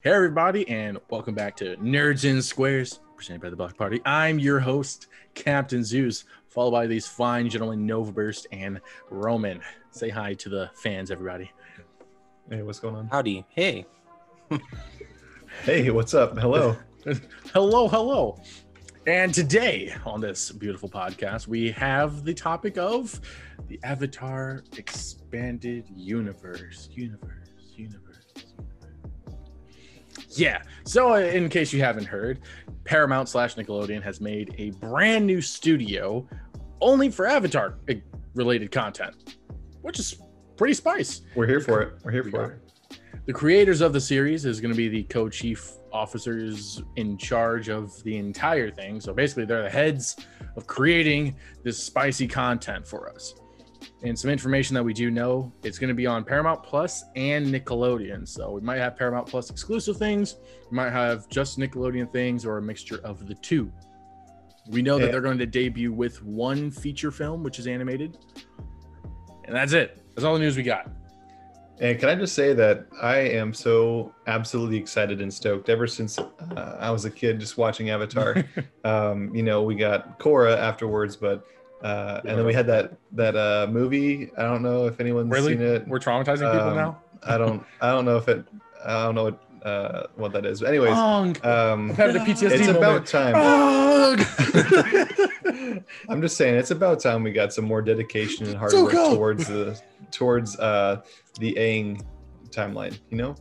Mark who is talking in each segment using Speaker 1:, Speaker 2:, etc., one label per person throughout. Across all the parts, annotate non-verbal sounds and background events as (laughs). Speaker 1: Hey, everybody, and welcome back to Nerds in Squares, presented by the Block Party. I'm your host, Captain Zeus, followed by these fine gentlemen, Novaburst and Roman. Say hi to the fans, everybody.
Speaker 2: Hey, what's going on?
Speaker 3: Howdy. Hey.
Speaker 2: Hey, what's
Speaker 1: (laughs)
Speaker 2: up? Hello.
Speaker 1: Hello, hello. And today on this beautiful podcast, we have the topic of the Avatar Expanded Universe. Universe, universe. universe. Yeah. So, uh, in case you haven't heard, Paramount slash Nickelodeon has made a brand new studio only for Avatar uh, related content, which is pretty spice.
Speaker 2: We're here for it. We're here
Speaker 1: We
Speaker 2: for
Speaker 1: got
Speaker 2: it.
Speaker 1: The creators of the series is going to be the co-chief officers in charge of the entire thing. So basically, they're the heads of creating this spicy content for us. And some information that we do know, it's going to be on Paramount Plus and Nickelodeon. So we might have Paramount Plus exclusive things, we might have just Nickelodeon things, or a mixture of the two. We know that
Speaker 2: Yeah.
Speaker 1: they're going to debut with one feature film, which is animated. And that's it. That's all the news we got.
Speaker 2: And can I just say that I am so absolutely excited and stoked ever since uh, I was a kid just
Speaker 1: (laughs)
Speaker 2: watching Avatar. um, you know, we got Korra afterwards, but uh, and then we had that that uh, movie. I don't know if anyone's
Speaker 1: Really?
Speaker 2: seen it.
Speaker 1: We're traumatizing people
Speaker 2: Um,
Speaker 1: now.
Speaker 2: I don't I don't know if it I don't know what uh, what that is. But anyways,
Speaker 1: Ong. I'm
Speaker 2: um,
Speaker 1: having a
Speaker 3: no.
Speaker 1: PTSD
Speaker 2: it's about
Speaker 1: Oh. moment. Oh.
Speaker 2: time.
Speaker 1: Ong.
Speaker 2: I'm just saying it's about time we got some more dedication and hard
Speaker 1: So
Speaker 2: work
Speaker 1: cool.
Speaker 2: towards the towards uh the Aang timeline, you know?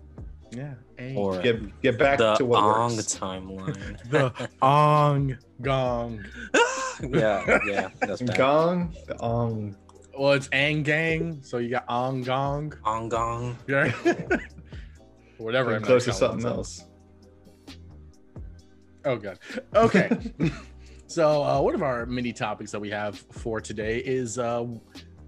Speaker 1: yeah. Hey.
Speaker 3: Or
Speaker 2: Get get back
Speaker 3: the
Speaker 2: to what
Speaker 3: Ong
Speaker 2: works.
Speaker 3: timeline.
Speaker 1: the ong gong.
Speaker 3: yeah, yeah, that's bad.
Speaker 2: Gong, the Ong.
Speaker 1: Well, it's ang gang, so you got ong gong.
Speaker 3: Ong Gong.
Speaker 1: Yeah. (laughs) Whatever.
Speaker 2: We're
Speaker 1: I'm not
Speaker 2: close to
Speaker 1: sure
Speaker 2: something
Speaker 1: what's up.
Speaker 2: else.
Speaker 1: Oh god. Okay. (laughs) so uh, one of our mini topics that we have for today is uh,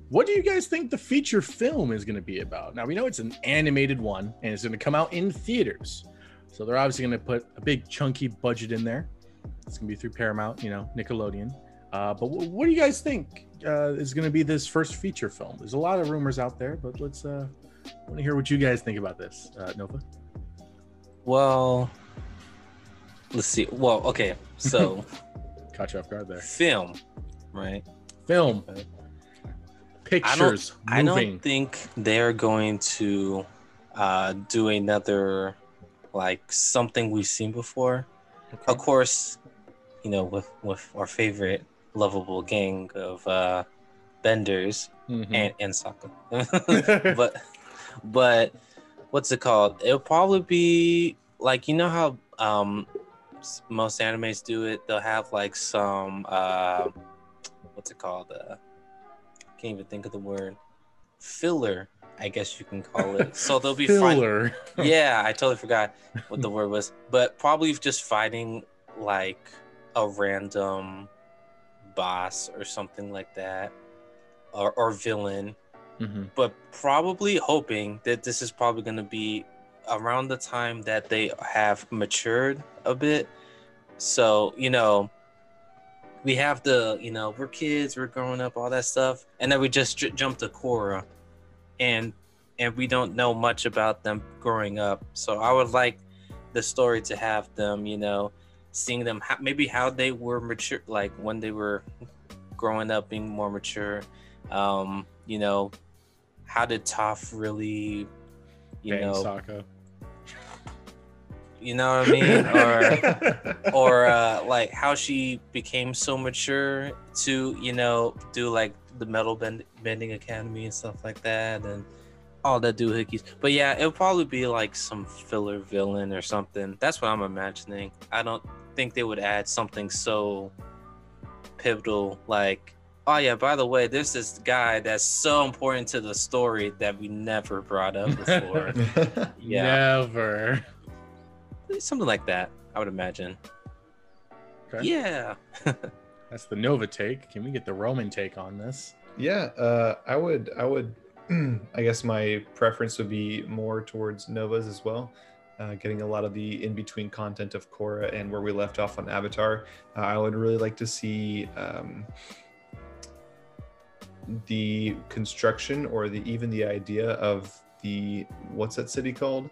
Speaker 1: what do you guys think the feature film is going to be about? Now we know it's an animated one and it's going to come out in theaters, so they're obviously going to put a big chunky budget in there. It's going to be through Paramount, you know, Nickelodeon. Uh, but wh- what do you guys think uh, is going to be this first feature film? There's a lot of rumors out there, but let's uh, want to hear what you guys think about this, uh, Nova.
Speaker 3: Well, let's see. Well, okay. So,
Speaker 1: Caught you off guard there.
Speaker 3: film, right?
Speaker 1: film
Speaker 3: Okay.
Speaker 1: pictures
Speaker 3: I
Speaker 1: moving
Speaker 3: don't think they're going to uh, do another, like, something we've seen before. Of course, you know, with, with our favorite lovable gang of uh, benders,
Speaker 1: Mhm.
Speaker 3: and and soccer.
Speaker 1: (laughs) Mm-hmm.
Speaker 3: but but what's it called? It'll probably be like you know how um s- most animes do it. They'll have like some uh what's it called? Uh, can't even think of the word filler. I guess you can call
Speaker 2: (laughs)
Speaker 3: it. So they'll be fighting.
Speaker 1: filler
Speaker 3: Yeah, I totally forgot what the word was, but probably just fighting like a random boss or something like that, or, or villain
Speaker 1: Mhm.
Speaker 3: but probably hoping that this is probably going to be around the time that they have matured a bit. So, you know, we have the, you know, we're kids, we're growing up, all that stuff. And then we just j- jump to Korra and and we don't know much about them growing up. So I would like the story to have them, you know, seeing them how, maybe how they were mature like when they were growing up being more mature. Um, you know, how did Toph really, you
Speaker 1: Bang,
Speaker 3: know,
Speaker 1: Sokka.
Speaker 3: you know what I
Speaker 1: (laughs)
Speaker 3: mean, or or uh, like how she became so mature to you know do like the metal bend- bending academy and stuff like that, and all that doohickeys. But yeah, it'll probably be like some filler villain or something. That's what I'm imagining. I don't think they would add something so pivotal like. Oh yeah! By the way, there's this guy that's so important to the story that we never brought
Speaker 2: (laughs)
Speaker 3: up before. yeah,
Speaker 1: never
Speaker 3: something like that i would imagine
Speaker 1: Okay.
Speaker 3: yeah
Speaker 1: that's the nova take can we get the roman take on this
Speaker 2: yeah, uh, I would I would (clears throat) I guess my preference would be more towards Novas as well. Uh, getting a lot of the in-between content of Korra and where we left off on Avatar. Uh, I would really like to see um, the construction or the even the idea of the what's that city called?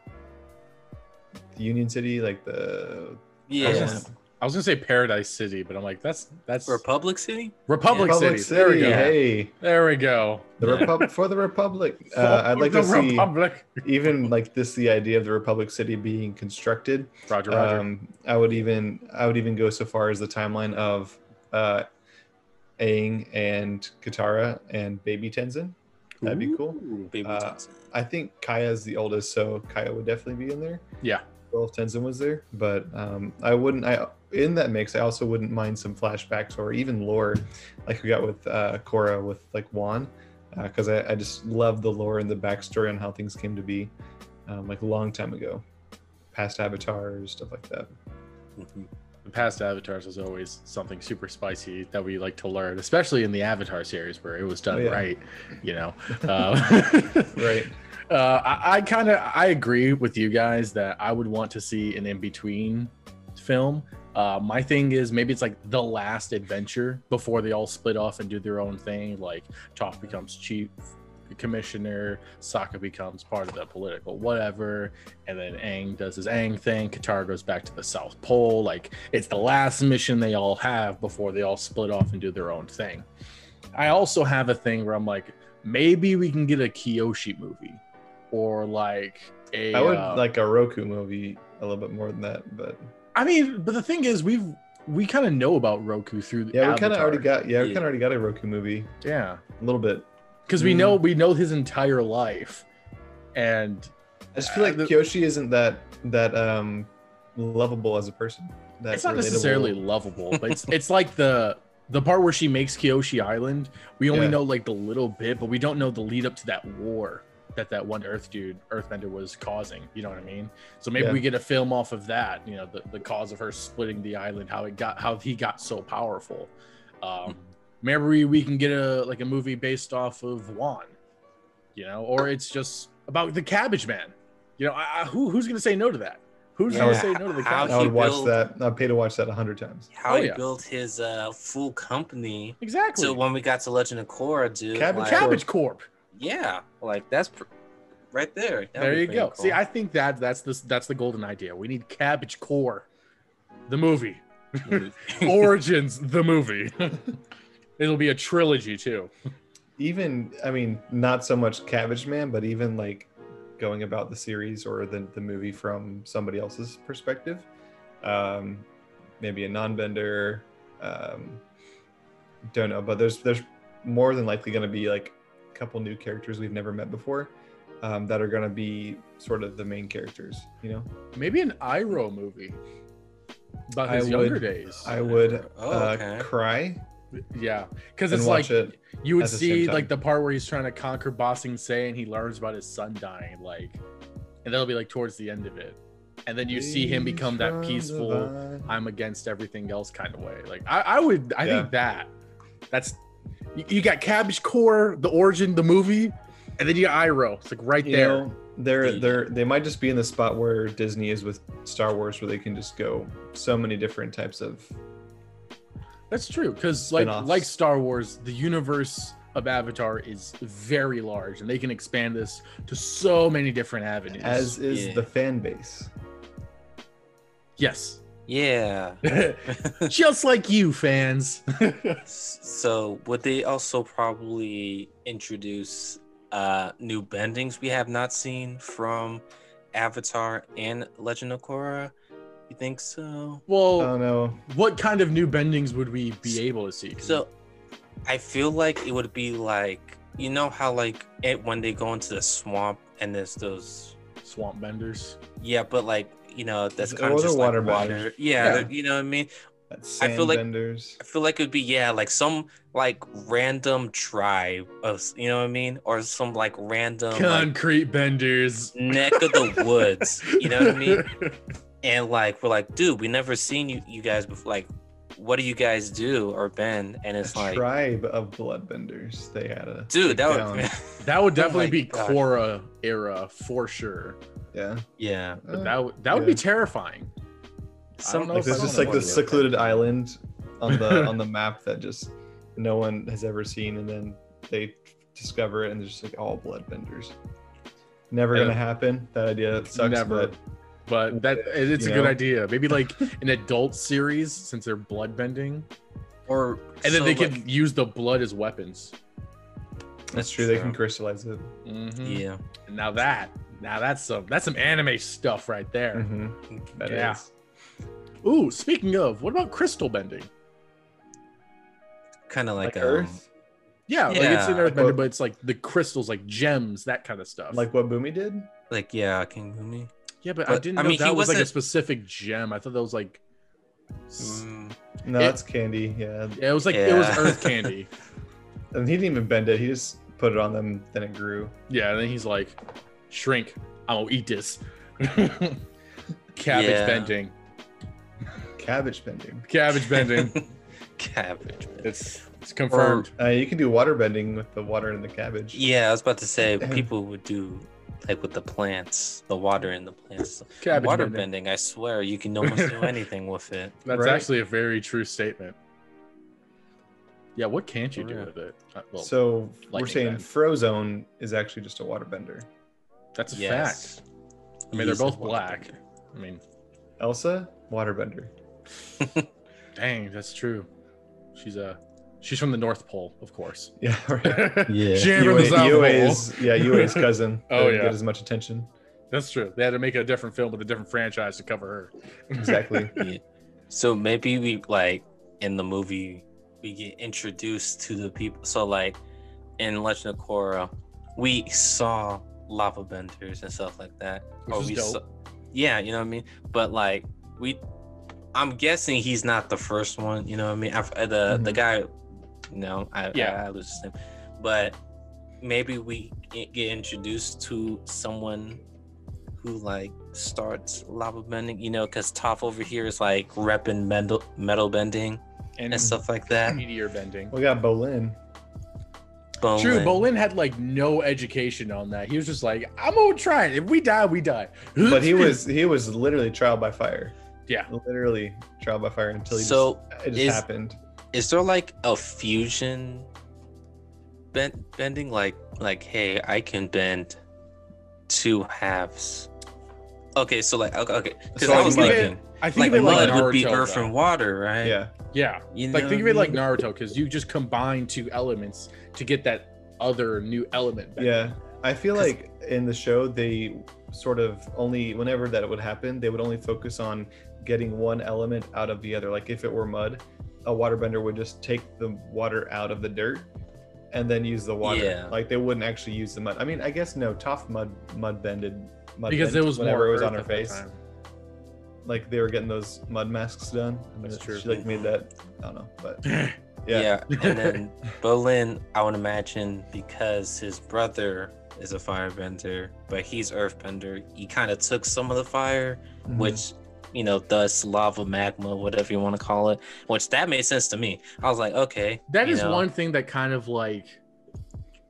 Speaker 2: the Union City, like the
Speaker 3: Yeah.
Speaker 1: Yes. I was gonna say Paradise City, but I'm like, that's that's
Speaker 3: Republic City?
Speaker 1: Republic City. There we go.
Speaker 2: Hey,
Speaker 1: There we go.
Speaker 2: the
Speaker 3: Yeah.
Speaker 2: Republic for the Republic. Uh, I'd like
Speaker 1: the
Speaker 2: to see
Speaker 1: Republic.
Speaker 2: even like this, the idea of the Republic City being constructed.
Speaker 1: Roger, Roger.
Speaker 2: um, I would even I would even go so far as the timeline of uh, Aang and Katara and baby Tenzin. that'd be cool.
Speaker 1: Ooh.
Speaker 3: Baby
Speaker 2: Uh,
Speaker 3: Johnson.
Speaker 2: I think Kaya's the oldest, so Kaya would definitely be in there.
Speaker 1: Yeah.
Speaker 2: Well, if Tenzin was there, but um, I wouldn't. I in that mix, I also wouldn't mind some flashbacks or even lore, like we got with uh, Korra with like Juan, because I, I just love the lore and the backstory on how things came to be, um, like a long time ago, past avatars, stuff like that.
Speaker 3: Mhm.
Speaker 1: The past avatars was always something super spicy that we like to learn, especially in the Avatar series where it was done
Speaker 2: Oh, yeah.
Speaker 1: right. You
Speaker 2: (laughs)
Speaker 1: know. Uh,
Speaker 2: Right.
Speaker 1: (laughs) Uh, I, I kind of I agree with you guys that I would want to see an in between film. Uh, my thing is maybe it's like the last adventure before they all split off and do their own thing. Like Toph becomes chief commissioner, Sokka becomes part of the political whatever, and then Aang does his Aang thing. Katara goes back to the South Pole. Like it's the last mission they all have before they all split off and do their own thing. I also have a thing where I'm like, maybe we can get a Kyoshi movie or like a.
Speaker 2: I would
Speaker 1: uh,
Speaker 2: like a Roku movie a little bit more than that, but
Speaker 1: I mean, but the thing is, we've we kind of know about Roku through.
Speaker 2: yeah, we kind of
Speaker 1: Avatar.
Speaker 2: already got yeah, we
Speaker 3: Yeah.
Speaker 2: kind of already got Mm. a Roku movie
Speaker 1: Yeah,
Speaker 2: a little bit.
Speaker 1: because we know we know his entire life, and
Speaker 2: I just feel like
Speaker 1: Uh, the-
Speaker 2: Kyoshi isn't that that um lovable as a person. That
Speaker 1: it's not
Speaker 2: relatable.
Speaker 1: necessarily lovable, but it's it's like the the part where she makes Kyoshi Island. We only
Speaker 2: Yeah.
Speaker 1: know like the little bit, but we don't know the lead up to that war that that one Earth dude Earthbender was causing. You know what I mean? So maybe
Speaker 2: Yeah.
Speaker 1: we get a film off of that. You know, the the cause of her splitting the island, how it got, how he got so powerful. Um, maybe we- we can get a like a movie based off of Juan, you know, or it's just about the Cabbage Man. You know, I, I, who who's gonna say no to that? Who's gonna
Speaker 3: Yeah.
Speaker 1: say no to the
Speaker 3: How
Speaker 1: Cabbage?
Speaker 2: I
Speaker 1: Man?
Speaker 2: would
Speaker 3: He
Speaker 2: watch
Speaker 3: built-
Speaker 2: that. I'd pay to watch that a hundred times.
Speaker 3: How
Speaker 1: oh,
Speaker 3: he
Speaker 1: yeah.
Speaker 3: built his uh, full company.
Speaker 1: Exactly.
Speaker 3: So when we got to Legend of Korra, dude,
Speaker 2: Cabbage
Speaker 3: like,
Speaker 1: Cabbage Corp.
Speaker 3: yeah, like that's pr- right there. That'd
Speaker 1: There
Speaker 3: be
Speaker 1: you
Speaker 3: pretty
Speaker 1: go.
Speaker 3: cool.
Speaker 1: See, I think that that's this that's the golden idea. We need Cabbage Core, the movie. (laughs)
Speaker 2: (laughs)
Speaker 1: Origins, the movie. (laughs) It'll be a trilogy too.
Speaker 2: Even I mean, not so much Cabbage Man, but even like going about the series or the the movie from somebody else's perspective. Um, maybe a non-bender. Um, don't know, but there's there's more than likely going to be like a couple new characters we've never met before um, that are going to be sort of the main characters. You know,
Speaker 1: Maybe an Iroh movie. About
Speaker 2: I
Speaker 1: his younger
Speaker 2: would-
Speaker 1: days.
Speaker 2: I would
Speaker 3: Oh, okay.
Speaker 2: uh, cry
Speaker 1: yeah. Because
Speaker 2: and
Speaker 1: it's
Speaker 2: watch
Speaker 1: like
Speaker 2: it.
Speaker 1: you would
Speaker 2: at the same
Speaker 1: see
Speaker 2: time.
Speaker 1: like the part where he's trying to conquer Bossing Say and he learns about his son dying, like and that'll be like towards the end of it. And then you see him become that peaceful I'm against everything else kind of way. Like I, I would, I
Speaker 2: Yeah.
Speaker 1: think that that's you, you got Cabbage Core, the origin, the movie, and then you got Iroh. It's like right
Speaker 2: you
Speaker 1: there.
Speaker 2: know, they're
Speaker 3: The-
Speaker 2: they're they might just be in the spot where Disney is with Star Wars, where they can just go so many different types of.
Speaker 1: That's true because like
Speaker 2: Spin-offs.
Speaker 1: like Star Wars, the universe of Avatar is very large, and they can expand this to so many different avenues.
Speaker 2: As is
Speaker 3: Yeah.
Speaker 2: the fan base.
Speaker 1: yes,
Speaker 3: (laughs)
Speaker 1: (laughs)
Speaker 3: yeah.
Speaker 1: just like you fans.
Speaker 3: So would they also probably introduce uh, new bendings we have not seen from Avatar and Legend of Korra? You think so?
Speaker 1: well,
Speaker 2: Oh no!
Speaker 1: what kind of new bendings would we be able to see? 'Cause
Speaker 3: So I feel like it would be like you know how like it, when they go into the swamp and there's those
Speaker 1: swamp benders.
Speaker 3: yeah, but like you know that's
Speaker 2: Or
Speaker 3: kind of
Speaker 2: the
Speaker 3: just
Speaker 2: water
Speaker 3: like water.
Speaker 2: benders.
Speaker 1: Yeah.
Speaker 3: Yeah, they're- you know what I mean.
Speaker 2: That's
Speaker 3: I feel like-
Speaker 2: sandbenders.
Speaker 3: I feel like it'd be yeah, like some like random tribe of you know what I mean, or some like random like,
Speaker 1: Concrete benders.
Speaker 3: neck of the woods. You know what I
Speaker 1: (laughs)
Speaker 3: mean? And like we're like, dude, we never seen you you guys before. Like, what do you guys do or been? And it's
Speaker 2: a
Speaker 3: like,
Speaker 2: tribe of bloodbenders. They had a
Speaker 3: dude, that
Speaker 2: down.
Speaker 3: would
Speaker 1: That would
Speaker 3: Oh
Speaker 1: definitely
Speaker 3: my
Speaker 1: be
Speaker 3: gosh.
Speaker 1: Korra era for sure.
Speaker 2: yeah.
Speaker 3: (laughs) yeah.
Speaker 1: But
Speaker 2: Uh,
Speaker 1: that would that would be
Speaker 2: yeah.
Speaker 1: terrifying.
Speaker 3: Some
Speaker 1: know
Speaker 2: like
Speaker 1: if I
Speaker 2: there's just
Speaker 1: wanna
Speaker 2: like
Speaker 1: watch
Speaker 2: this
Speaker 1: that.
Speaker 2: secluded island on
Speaker 1: (laughs)
Speaker 2: the on the map that just no one has ever seen, and then they discover it, and there's just like all bloodbenders. Never
Speaker 1: Yeah.
Speaker 2: gonna happen. That idea sucks.
Speaker 1: Never.
Speaker 2: But
Speaker 1: but that it's
Speaker 2: You
Speaker 1: a good
Speaker 2: know?
Speaker 1: idea. Maybe like an adult series since they're blood bending,
Speaker 3: Or
Speaker 1: and then
Speaker 3: so,
Speaker 1: they
Speaker 3: like-
Speaker 1: can use the blood as weapons.
Speaker 2: That's true. They can crystallize it.
Speaker 1: Mhm.
Speaker 3: Yeah.
Speaker 1: Now that now that's some that's some anime stuff right there.
Speaker 2: Mm-hmm.
Speaker 1: Yeah. Ooh, speaking of, what about crystal bending?
Speaker 3: Kind of like,
Speaker 2: Like,
Speaker 3: um,
Speaker 2: Earth,
Speaker 1: Yeah, like it's an
Speaker 3: Yeah.
Speaker 1: earthbender,
Speaker 2: Well-
Speaker 1: but it's like the crystals, like gems, that kind of stuff.
Speaker 2: like what Boomy did.
Speaker 3: Like yeah, King Boomy.
Speaker 1: yeah, but, I
Speaker 3: but-
Speaker 1: didn't
Speaker 3: I
Speaker 1: know
Speaker 3: mean, he
Speaker 1: that was like a
Speaker 3: wasn't-
Speaker 1: specific gem. I thought that was like s-
Speaker 3: Mm,
Speaker 2: No,
Speaker 1: It-
Speaker 2: that's candy. Yeah,
Speaker 1: yeah, it was like it was
Speaker 3: Yeah.
Speaker 1: earth
Speaker 3: (laughs)
Speaker 1: candy.
Speaker 2: and he didn't even bend it. He just put it on them. Then it grew.
Speaker 1: Yeah, and then he's like, shrink, I'm gonna eat this. (laughs) Cabbage
Speaker 3: Yeah.
Speaker 1: bending.
Speaker 2: Cabbage bending.
Speaker 1: Cabbage
Speaker 3: (laughs)
Speaker 1: bending.
Speaker 3: cabbage.
Speaker 1: Mm. it's it's confirmed.
Speaker 2: Uh, you can do water bending with the water in the cabbage.
Speaker 3: Yeah, I was about to
Speaker 1: (clears throat)
Speaker 3: say people would do like with the plants, the water in the plants.
Speaker 1: Cabbage
Speaker 3: water
Speaker 1: bending.
Speaker 3: bending. I swear, you can almost
Speaker 1: (laughs)
Speaker 3: do anything with it.
Speaker 1: That's
Speaker 2: Right.
Speaker 1: actually a very true statement. Yeah, what can't you do
Speaker 3: Oh, Yeah.
Speaker 1: with it? Uh, well,
Speaker 2: so we're
Speaker 1: lightning
Speaker 2: saying
Speaker 1: bend.
Speaker 2: Frozone is actually just a water bender.
Speaker 1: that's a fact. I mean,
Speaker 3: He
Speaker 1: they're
Speaker 3: is a
Speaker 1: both
Speaker 3: water
Speaker 1: black.
Speaker 3: bender.
Speaker 1: I mean,
Speaker 2: Elsa,
Speaker 1: (laughs)
Speaker 2: water bender.
Speaker 1: dang, that's true. She's a uh, she's from the North Pole, of course. (laughs)
Speaker 2: Yeah. (laughs) Right.
Speaker 3: Yeah.
Speaker 1: She ain't from the South Pole.
Speaker 2: UA's,
Speaker 1: (laughs)
Speaker 2: yeah, UA's cousin.
Speaker 1: Oh,
Speaker 2: doesn't
Speaker 1: yeah.
Speaker 2: Get as much attention.
Speaker 1: That's true. They had to make a different film with a different franchise to cover her. (laughs)
Speaker 3: (laughs)
Speaker 2: Exactly.
Speaker 3: So maybe we like in the movie we get introduced to the people. So like in Legend of Korra, we saw lava benders and stuff like that.
Speaker 1: Which is
Speaker 3: we
Speaker 1: dope.
Speaker 3: yeah, you know what I mean. But like we, I'm guessing he's not the first one. You know what I mean. I, the the
Speaker 1: Mm-hmm.
Speaker 2: Mhm.
Speaker 3: guy, no, I
Speaker 1: Yeah.
Speaker 3: yeah I, I lose his name, but maybe we get get introduced to someone who like starts lava bending, you know, because Toph over here is like repping metal metal bending
Speaker 1: Mm-hmm.
Speaker 3: and stuff like that.
Speaker 1: meteor bending.
Speaker 2: we got Bolin.
Speaker 3: Bolin.
Speaker 1: True, Bolin had like no education on that. He was just like, I'm gonna try it. If we die, we die.
Speaker 2: But he was he was literally trial by fire.
Speaker 1: Yeah.
Speaker 2: Literally trial by fire until he
Speaker 3: So
Speaker 2: just, it just
Speaker 3: is-
Speaker 2: happened.
Speaker 3: is there like a fusion bend bending like like hey i can bend two halves okay so like okay, okay. 'Cause
Speaker 2: So
Speaker 3: i
Speaker 2: like
Speaker 3: was
Speaker 2: mud-
Speaker 3: thinking
Speaker 1: I think
Speaker 3: like,
Speaker 1: of it like
Speaker 3: mud
Speaker 1: Naruto.
Speaker 3: would be earth
Speaker 1: though.
Speaker 3: and water right
Speaker 2: Yeah.
Speaker 1: Yeah.
Speaker 3: you
Speaker 1: Like
Speaker 3: know
Speaker 1: think of
Speaker 3: what
Speaker 1: it
Speaker 3: I
Speaker 1: like
Speaker 3: mean?
Speaker 1: Naruto, because you just combine two elements to get that other new element back.
Speaker 2: Yeah. I feel
Speaker 3: 'Cause-
Speaker 2: like in the show they sort of only whenever that would happen, they would only focus on getting one element out of the other. Like if it were mud, a waterbender would just take the water out of the dirt and then use the water.
Speaker 3: Yeah.
Speaker 2: Like they wouldn't actually use the mud. I mean, I guess no, Toph mud mud bended mud
Speaker 1: Because
Speaker 2: bent
Speaker 1: it was
Speaker 2: whenever
Speaker 1: more
Speaker 2: it was on
Speaker 1: earth
Speaker 2: her
Speaker 1: at that
Speaker 2: face.
Speaker 1: time.
Speaker 2: Like they were getting those mud masks done. And
Speaker 1: That's
Speaker 2: then
Speaker 1: true.
Speaker 2: She like made that I don't know, but (laughs)
Speaker 3: yeah,
Speaker 2: yeah.
Speaker 3: and then bolin i would imagine because his brother is a firebender but he's earthbender he kind of took some of the fire
Speaker 2: Mm-hmm.
Speaker 3: which you know thus lava magma whatever you want to call it which that made sense to me i was like okay
Speaker 1: That
Speaker 3: you
Speaker 1: is
Speaker 3: know,
Speaker 1: one thing that kind of like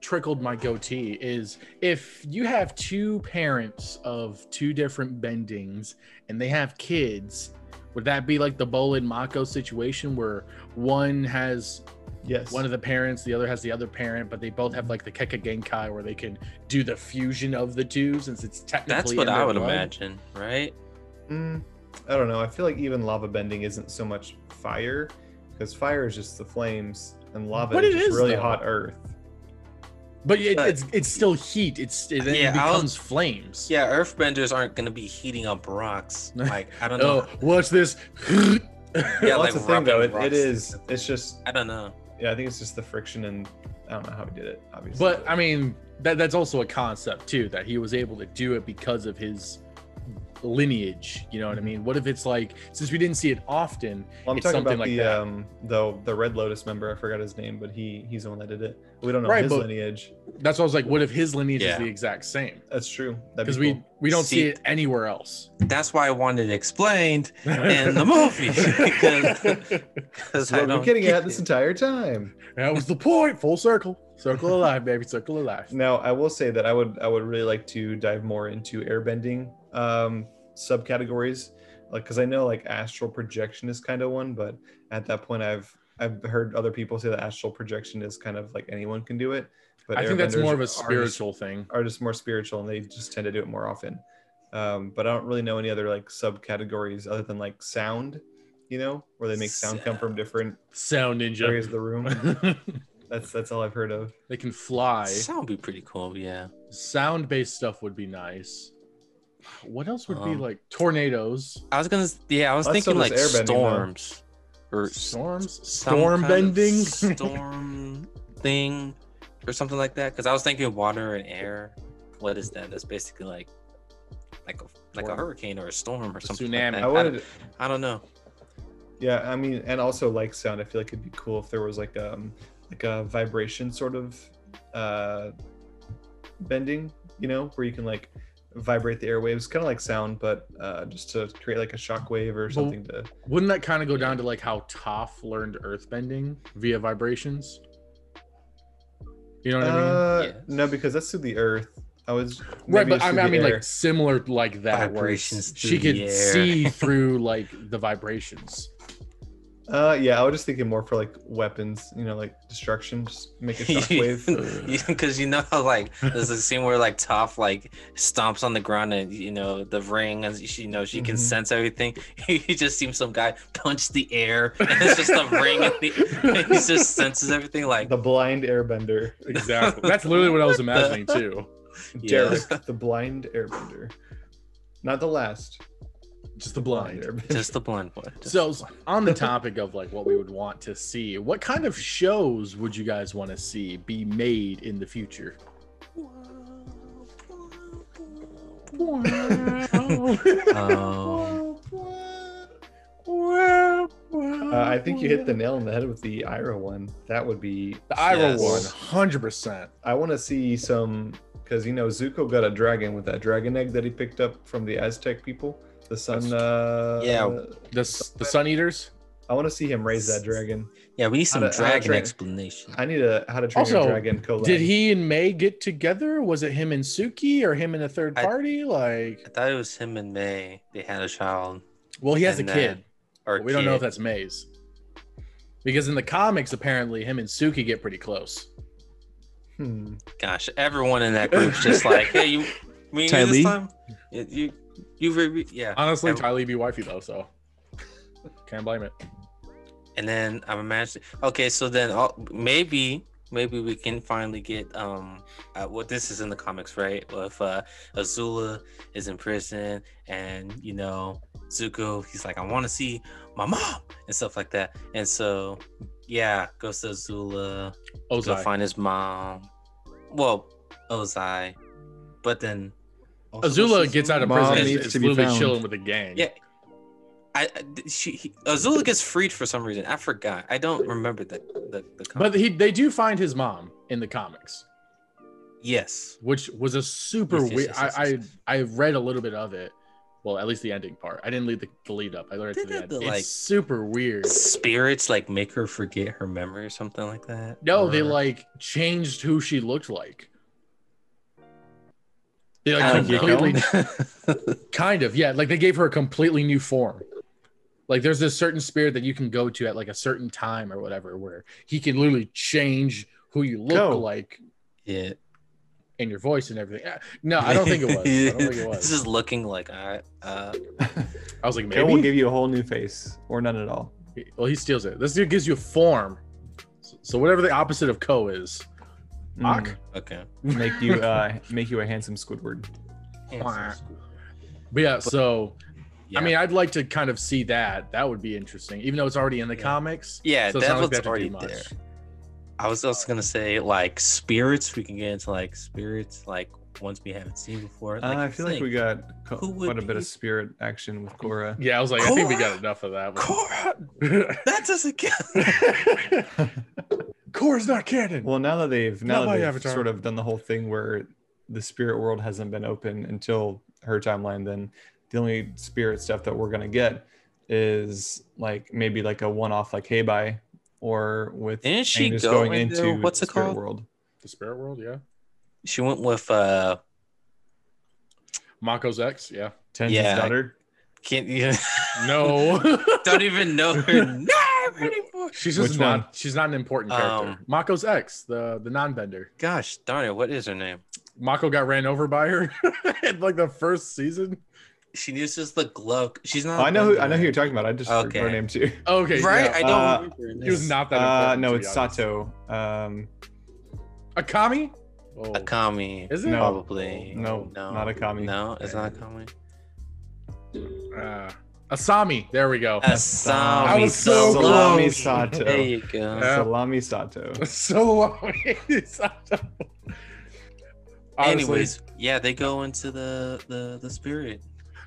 Speaker 1: trickled my goatee is if you have two parents of two different bendings and they have kids, would that be like the Bolin Mako situation where one has
Speaker 2: yes.
Speaker 1: one of the parents, the other has the other parent, but they both have like the Keka Genkai where they can do the fusion of the two since it's technically
Speaker 3: that's what
Speaker 1: in
Speaker 3: i
Speaker 1: their
Speaker 3: would
Speaker 1: blood?
Speaker 3: imagine right
Speaker 2: Mm, I don't know. I feel like even lava bending isn't so much fire, because fire is just the flames, and lava
Speaker 1: But
Speaker 2: is
Speaker 1: it
Speaker 2: just
Speaker 1: is,
Speaker 2: really
Speaker 1: though.
Speaker 2: hot earth.
Speaker 1: But it,
Speaker 3: But-
Speaker 1: it's it's still heat. It's it, then it
Speaker 3: Yeah, I'll-
Speaker 1: becomes flames.
Speaker 3: yeah earthbenders aren't going to be heating up rocks like i don't know
Speaker 1: Oh, what's this? (laughs)
Speaker 3: Yeah,
Speaker 2: Well,
Speaker 3: like
Speaker 2: that's the thing though. It,
Speaker 3: rubbing
Speaker 2: it
Speaker 3: rocks.
Speaker 2: is. It's just.
Speaker 3: i don't know
Speaker 2: Yeah, I think it's just the friction, and I don't know how he did it. Obviously,
Speaker 1: But I mean, that that's also a concept too that he was able to do it because of his lineage. You
Speaker 2: Mm-hmm.
Speaker 1: know what I mean? What if it's like since we didn't see it often?
Speaker 2: Well, I'm
Speaker 1: it's
Speaker 2: talking
Speaker 1: something
Speaker 2: about
Speaker 1: like
Speaker 2: the
Speaker 1: that.
Speaker 2: um the the Red Lotus member. I forgot his name, but he he's the one that did it. We don't know
Speaker 1: Right,
Speaker 2: his
Speaker 1: but-
Speaker 2: lineage.
Speaker 1: That's what I was like. What if his lineage
Speaker 3: Yeah.
Speaker 1: is the exact same?
Speaker 2: That's true. That'd
Speaker 1: Because
Speaker 2: be
Speaker 1: we we don't see,
Speaker 3: See-
Speaker 1: it anywhere else.
Speaker 3: that's why i wanted it explained in the
Speaker 2: (laughs)
Speaker 3: movie because
Speaker 2: That's what I'm getting at this entire time.
Speaker 1: (laughs) that was the point. Full circle. Circle of life, baby. Circle of life.
Speaker 2: Now, I will say that I would I would really like to dive more into airbending um, subcategories, like because I know like astral projection is kind of one, but at that point, I've I've heard other people say that astral projection is kind of like anyone can do it. But
Speaker 1: I think that's
Speaker 2: airbenders
Speaker 1: more of
Speaker 2: are
Speaker 1: a
Speaker 2: just-
Speaker 1: spiritual thing.
Speaker 2: Are just more spiritual, and they just tend to do it more often. um, but I don't really know any other like subcategories other than like sound, you know, where they make sound come from different
Speaker 1: Sound ninja.
Speaker 2: areas of the room.
Speaker 1: (laughs)
Speaker 2: That's that's all I've heard of.
Speaker 1: they can fly.
Speaker 3: Sound would be pretty cool, yeah.
Speaker 1: Sound based stuff would be nice. What else would be
Speaker 3: Um,
Speaker 1: like tornadoes,
Speaker 3: I was gonna, yeah, I was
Speaker 2: That's still
Speaker 3: thinking like
Speaker 2: just airbending, though.
Speaker 3: storms or
Speaker 1: storms,
Speaker 3: some
Speaker 1: storm
Speaker 3: kind of
Speaker 1: bending?
Speaker 3: (laughs) storm thing, or something like that. Because I was thinking water and air. What is that? That's basically like, like a like a
Speaker 1: Storm.
Speaker 3: hurricane or a storm or
Speaker 1: A
Speaker 3: something.
Speaker 1: tsunami.
Speaker 3: Like that.
Speaker 2: I wanted,
Speaker 3: I, I don't know.
Speaker 2: yeah, I mean, and also like sound. I feel like it'd be cool if there was like um like a vibration sort of uh bending, you know, where you can like vibrate the airwaves, kind of like sound, but uh just to create like a shockwave or
Speaker 1: But-
Speaker 2: something to.
Speaker 1: (laughs) Wouldn't that kind of go down to like how Toph learned earthbending via vibrations? You know what I mean?
Speaker 2: Uh,
Speaker 3: Yes.
Speaker 2: No, because that's through the earth. I was
Speaker 1: Right,
Speaker 2: maybe
Speaker 1: but
Speaker 2: it's
Speaker 1: I mean,
Speaker 2: through
Speaker 1: I
Speaker 2: the
Speaker 1: mean
Speaker 2: air.
Speaker 1: like similar like that, where
Speaker 3: Vibrations
Speaker 1: it's- she
Speaker 3: through
Speaker 1: could
Speaker 3: the air. (laughs)
Speaker 1: see through like the vibrations.
Speaker 2: Uh, yeah, I was just thinking more for like weapons, you know, like destruction, just
Speaker 3: (laughs)
Speaker 2: make a shockwave.
Speaker 1: uh,
Speaker 3: Because you know, like there's a scene where like Toph like stomps on the ground and you know the ring, and she you know she can
Speaker 1: Mm-hmm.
Speaker 2: Mhm.
Speaker 3: sense everything. (laughs) you just see some guy punch the air, and (laughs) it's just a ring, and, the, and he just senses everything. Like
Speaker 2: the blind airbender,
Speaker 1: (laughs) Exactly. That's literally what I was
Speaker 3: What the-
Speaker 1: imagining too.
Speaker 3: yeah,
Speaker 2: Derek, the blind airbender, not the last
Speaker 1: Just the blind.
Speaker 2: airbender.
Speaker 3: just the blind one. Just-
Speaker 1: (laughs) So
Speaker 3: (laughs)
Speaker 1: s- on the topic of like what we would want to see, what kind of shows would you guys want to see be made in the future?
Speaker 3: Um,
Speaker 2: Uh,
Speaker 1: Oh,
Speaker 2: I think you hit the nail on the head with the Ira one. That would be.
Speaker 1: the Ira
Speaker 3: Yes.
Speaker 1: one, hundred percent.
Speaker 2: I want to see some because you know Zuko got a dragon with that dragon egg that he picked up from the Aztec people. The sun. Uh,
Speaker 3: Yeah.
Speaker 1: The s- the Sun Eaters.
Speaker 2: I want to see him raise that dragon.
Speaker 3: yeah, we need some
Speaker 2: How to- how to
Speaker 3: dragon
Speaker 2: train-
Speaker 3: explanation.
Speaker 2: I need a how to train
Speaker 1: Also,
Speaker 2: your dragon. Collab.
Speaker 1: Did he and May get together? Was it him and Suki or him and a third
Speaker 3: I-
Speaker 1: party? like,
Speaker 3: I thought it was him and May. They had a child.
Speaker 1: well, he has a
Speaker 3: and, uh,
Speaker 1: kid.
Speaker 3: Or
Speaker 1: but we don't know if
Speaker 3: kid.
Speaker 1: that's May's. Because in the comics, apparently, him and Suki get pretty close.
Speaker 2: Hmm.
Speaker 3: gosh, everyone in that group's just like, hey, you,
Speaker 1: (laughs)
Speaker 3: me and
Speaker 4: Ty
Speaker 3: you this
Speaker 4: Lee?
Speaker 3: time? You, you, you re- re- yeah.
Speaker 1: Honestly,
Speaker 3: Ev-
Speaker 1: Ty Lee be wifey though, so can't blame it.
Speaker 3: And then I'm imagining. Okay, so then i maybe, maybe we can finally get um, uh, what this is in the comics, right? If uh, Azula is in prison, and you know Zuko, he's like, I want to see my mom and stuff like that, and so yeah, goes to Azula. go
Speaker 1: Ozai.
Speaker 3: find his mom. Well, Ozai, but then
Speaker 1: Azula gets out of
Speaker 4: Mom
Speaker 1: prison.
Speaker 4: needs
Speaker 1: It's
Speaker 4: to be
Speaker 1: literally
Speaker 4: found.
Speaker 1: chilling with a gang.
Speaker 3: Yeah. I, I- she he, Azula gets freed for some reason. I forgot. I don't remember the the, the
Speaker 1: But
Speaker 3: comic.
Speaker 1: he, they do find his mom in the comics,
Speaker 3: yes,
Speaker 1: which was a super
Speaker 3: Yes, yes,
Speaker 1: weird.
Speaker 3: yes, yes,
Speaker 1: I,
Speaker 3: yes.
Speaker 1: I I read a little bit of it. Well, at least the ending part. I didn't lead the, the lead up. I learned to
Speaker 3: Didn't
Speaker 1: the end.
Speaker 3: the, like-
Speaker 1: it's super weird.
Speaker 3: spirits like make her forget her memory or something like that.
Speaker 1: No, they
Speaker 3: Or-
Speaker 1: like changed who she looked like. They
Speaker 3: (laughs) I
Speaker 1: like
Speaker 3: don't
Speaker 1: completely
Speaker 3: (laughs) know.
Speaker 1: Kind of, yeah. Like they gave her a completely new form. Like there's this certain spirit that you can go to at like a certain time or whatever, where he can literally change who you look
Speaker 2: Go.
Speaker 1: like
Speaker 3: yeah,
Speaker 1: and your voice and everything. Uh, No, I don't think it was. I don't
Speaker 3: (laughs)
Speaker 1: think it
Speaker 3: It's
Speaker 1: was.
Speaker 3: just looking like I. Uh,
Speaker 1: I was like,
Speaker 2: Maybe we'll
Speaker 1: maybe.
Speaker 2: give you a whole new face or none at all.
Speaker 1: Well, he steals it. This dude gives you a form. So whatever the opposite of Ko is,
Speaker 3: Mm.
Speaker 1: Ock?
Speaker 3: okay.
Speaker 2: Hmm.
Speaker 1: (laughs)
Speaker 2: Make you uh, make you a handsome Squidward.
Speaker 1: Wah. But yeah, so
Speaker 3: Yeah.
Speaker 1: I mean, I'd like to kind of see that. That would be interesting, even though it's already in the
Speaker 3: Yeah.
Speaker 1: comics.
Speaker 3: Yeah,
Speaker 1: So it's
Speaker 3: that
Speaker 1: not like they
Speaker 3: was
Speaker 1: have to do
Speaker 3: already
Speaker 1: much.
Speaker 3: there. I was also gonna say like spirits. We can get into like spirits, like ones we haven't seen before.
Speaker 2: Uh, I
Speaker 3: you
Speaker 2: feel like we
Speaker 3: think,
Speaker 2: got co-
Speaker 3: Who would
Speaker 2: quite a bit
Speaker 3: be-
Speaker 2: of spirit action with Korra.
Speaker 1: Yeah, I was like, I think we got
Speaker 3: Korra?
Speaker 1: enough of that. one.
Speaker 3: Cora.
Speaker 1: (laughs)
Speaker 3: That doesn't count. (laughs)
Speaker 1: Core's not canon.
Speaker 2: well, now that they've now
Speaker 1: Not my
Speaker 2: that they've
Speaker 1: avatar.
Speaker 2: sort of done the whole thing where the spirit world hasn't been open until her timeline, then the only spirit stuff that we're gonna get is like maybe like a one-off like hey bye or with
Speaker 3: Didn't she
Speaker 2: Angus
Speaker 3: go in there? What's
Speaker 2: the
Speaker 3: it
Speaker 2: spirit
Speaker 3: called?
Speaker 2: world.
Speaker 1: the spirit world, yeah.
Speaker 3: She went with uh.
Speaker 1: Mako's ex, yeah.
Speaker 2: Tenzin's
Speaker 3: Yeah.
Speaker 2: daughter.
Speaker 1: (laughs)
Speaker 3: Can't you
Speaker 1: No,
Speaker 3: don't even know (laughs) her name
Speaker 1: (laughs)
Speaker 3: anymore?
Speaker 1: she's just
Speaker 2: Which
Speaker 1: not.
Speaker 2: one?
Speaker 1: She's not an important character.
Speaker 3: Um,
Speaker 1: Mako's ex, the the non-bender.
Speaker 3: Gosh darn it! What is her name?
Speaker 1: (laughs) Mako got ran over by her in like the first season.
Speaker 3: She uses the glove. She's not.
Speaker 2: Oh, I know who I know who
Speaker 3: Bender.
Speaker 2: you're talking about. I just forgot her
Speaker 3: Okay.
Speaker 2: name too.
Speaker 1: Okay,
Speaker 3: Right?
Speaker 1: Yeah.
Speaker 3: I don't
Speaker 2: Uh,
Speaker 3: remember. in
Speaker 1: he was
Speaker 3: this.
Speaker 1: not that.
Speaker 2: Uh,
Speaker 1: important,
Speaker 2: no,
Speaker 1: to
Speaker 2: it's
Speaker 1: be honest.
Speaker 2: Sato. Um,
Speaker 1: Uh, Akami. Oh,
Speaker 3: Akami.
Speaker 1: Is it?
Speaker 2: No.
Speaker 3: Probably.
Speaker 2: no,
Speaker 3: No.
Speaker 2: not Akami.
Speaker 3: No, it's not Akami.
Speaker 1: Uh, Asami. There we go.
Speaker 3: Asami.
Speaker 1: I was so
Speaker 2: Salami
Speaker 1: close.
Speaker 2: Sato.
Speaker 3: There you go.
Speaker 2: Uh,
Speaker 1: Yeah.
Speaker 2: Salami Sato.
Speaker 1: (laughs) so (laughs) long. It's Sato. Honestly,
Speaker 3: Anyways, yeah, they go into the the the spirit.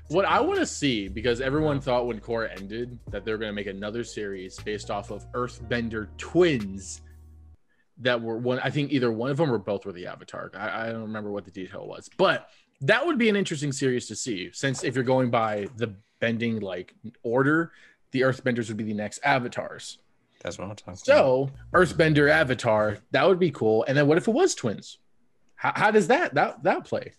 Speaker 1: what I want to see because everyone thought when Korra ended that they're going to make another series based off of Earthbender twins that were one. I think either one of them or both were the Avatar. I, I don't remember what the detail was, but that would be an interesting series to see since if you're going by the bending like order, the Earthbenders would be the next Avatars.
Speaker 3: That's what I'm talking about.
Speaker 1: So Earthbender Avatar, that would be cool. And then what if it was twins? How, how does that that that play?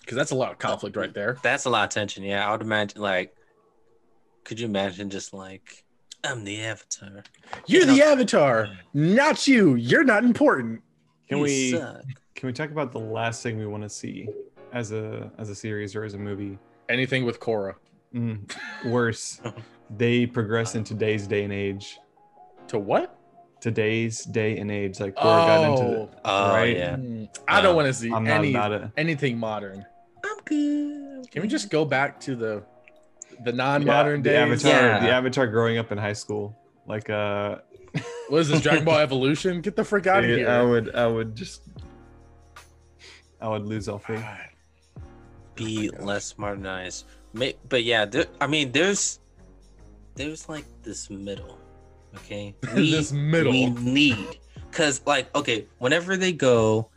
Speaker 1: Because that's a lot of conflict right there.
Speaker 3: that's a lot of tension. Yeah, I would imagine. Like, could you imagine just like I'm the avatar.
Speaker 1: You're the Avatar, not you. You're not important.
Speaker 2: Can
Speaker 3: You
Speaker 2: we
Speaker 3: suck.
Speaker 2: can we talk about the last thing we want to see as a as a series or as a movie?
Speaker 1: Anything with Korra,
Speaker 2: Mm,
Speaker 1: (laughs)
Speaker 2: worse,
Speaker 1: Oh.
Speaker 2: they progress in today's day and age.
Speaker 1: to what?
Speaker 2: Today's day and age, like Korra got into
Speaker 1: Oh,
Speaker 2: the.
Speaker 3: Oh
Speaker 2: Right.
Speaker 3: yeah.
Speaker 1: Mm, I don't
Speaker 3: Um,
Speaker 1: want to see
Speaker 2: I'm not
Speaker 1: any
Speaker 2: about it.
Speaker 1: anything modern.
Speaker 3: I'm good.
Speaker 1: Can we just go back to the the non-modern
Speaker 2: the
Speaker 1: days?
Speaker 2: Avatar,
Speaker 3: Yeah.
Speaker 2: the Avatar growing up in high school, like uh,
Speaker 1: What is this Dragon
Speaker 2: (laughs)
Speaker 1: Ball Evolution? Get the frick out of
Speaker 2: dude, I
Speaker 1: here.
Speaker 2: would, I would just, I would lose all faith.
Speaker 1: Oh
Speaker 3: be less modernized? Ma- But yeah, there, I mean, there's there's like this middle. Okay,
Speaker 1: (laughs)
Speaker 3: We-
Speaker 1: this middle.
Speaker 3: we need because like okay whenever they go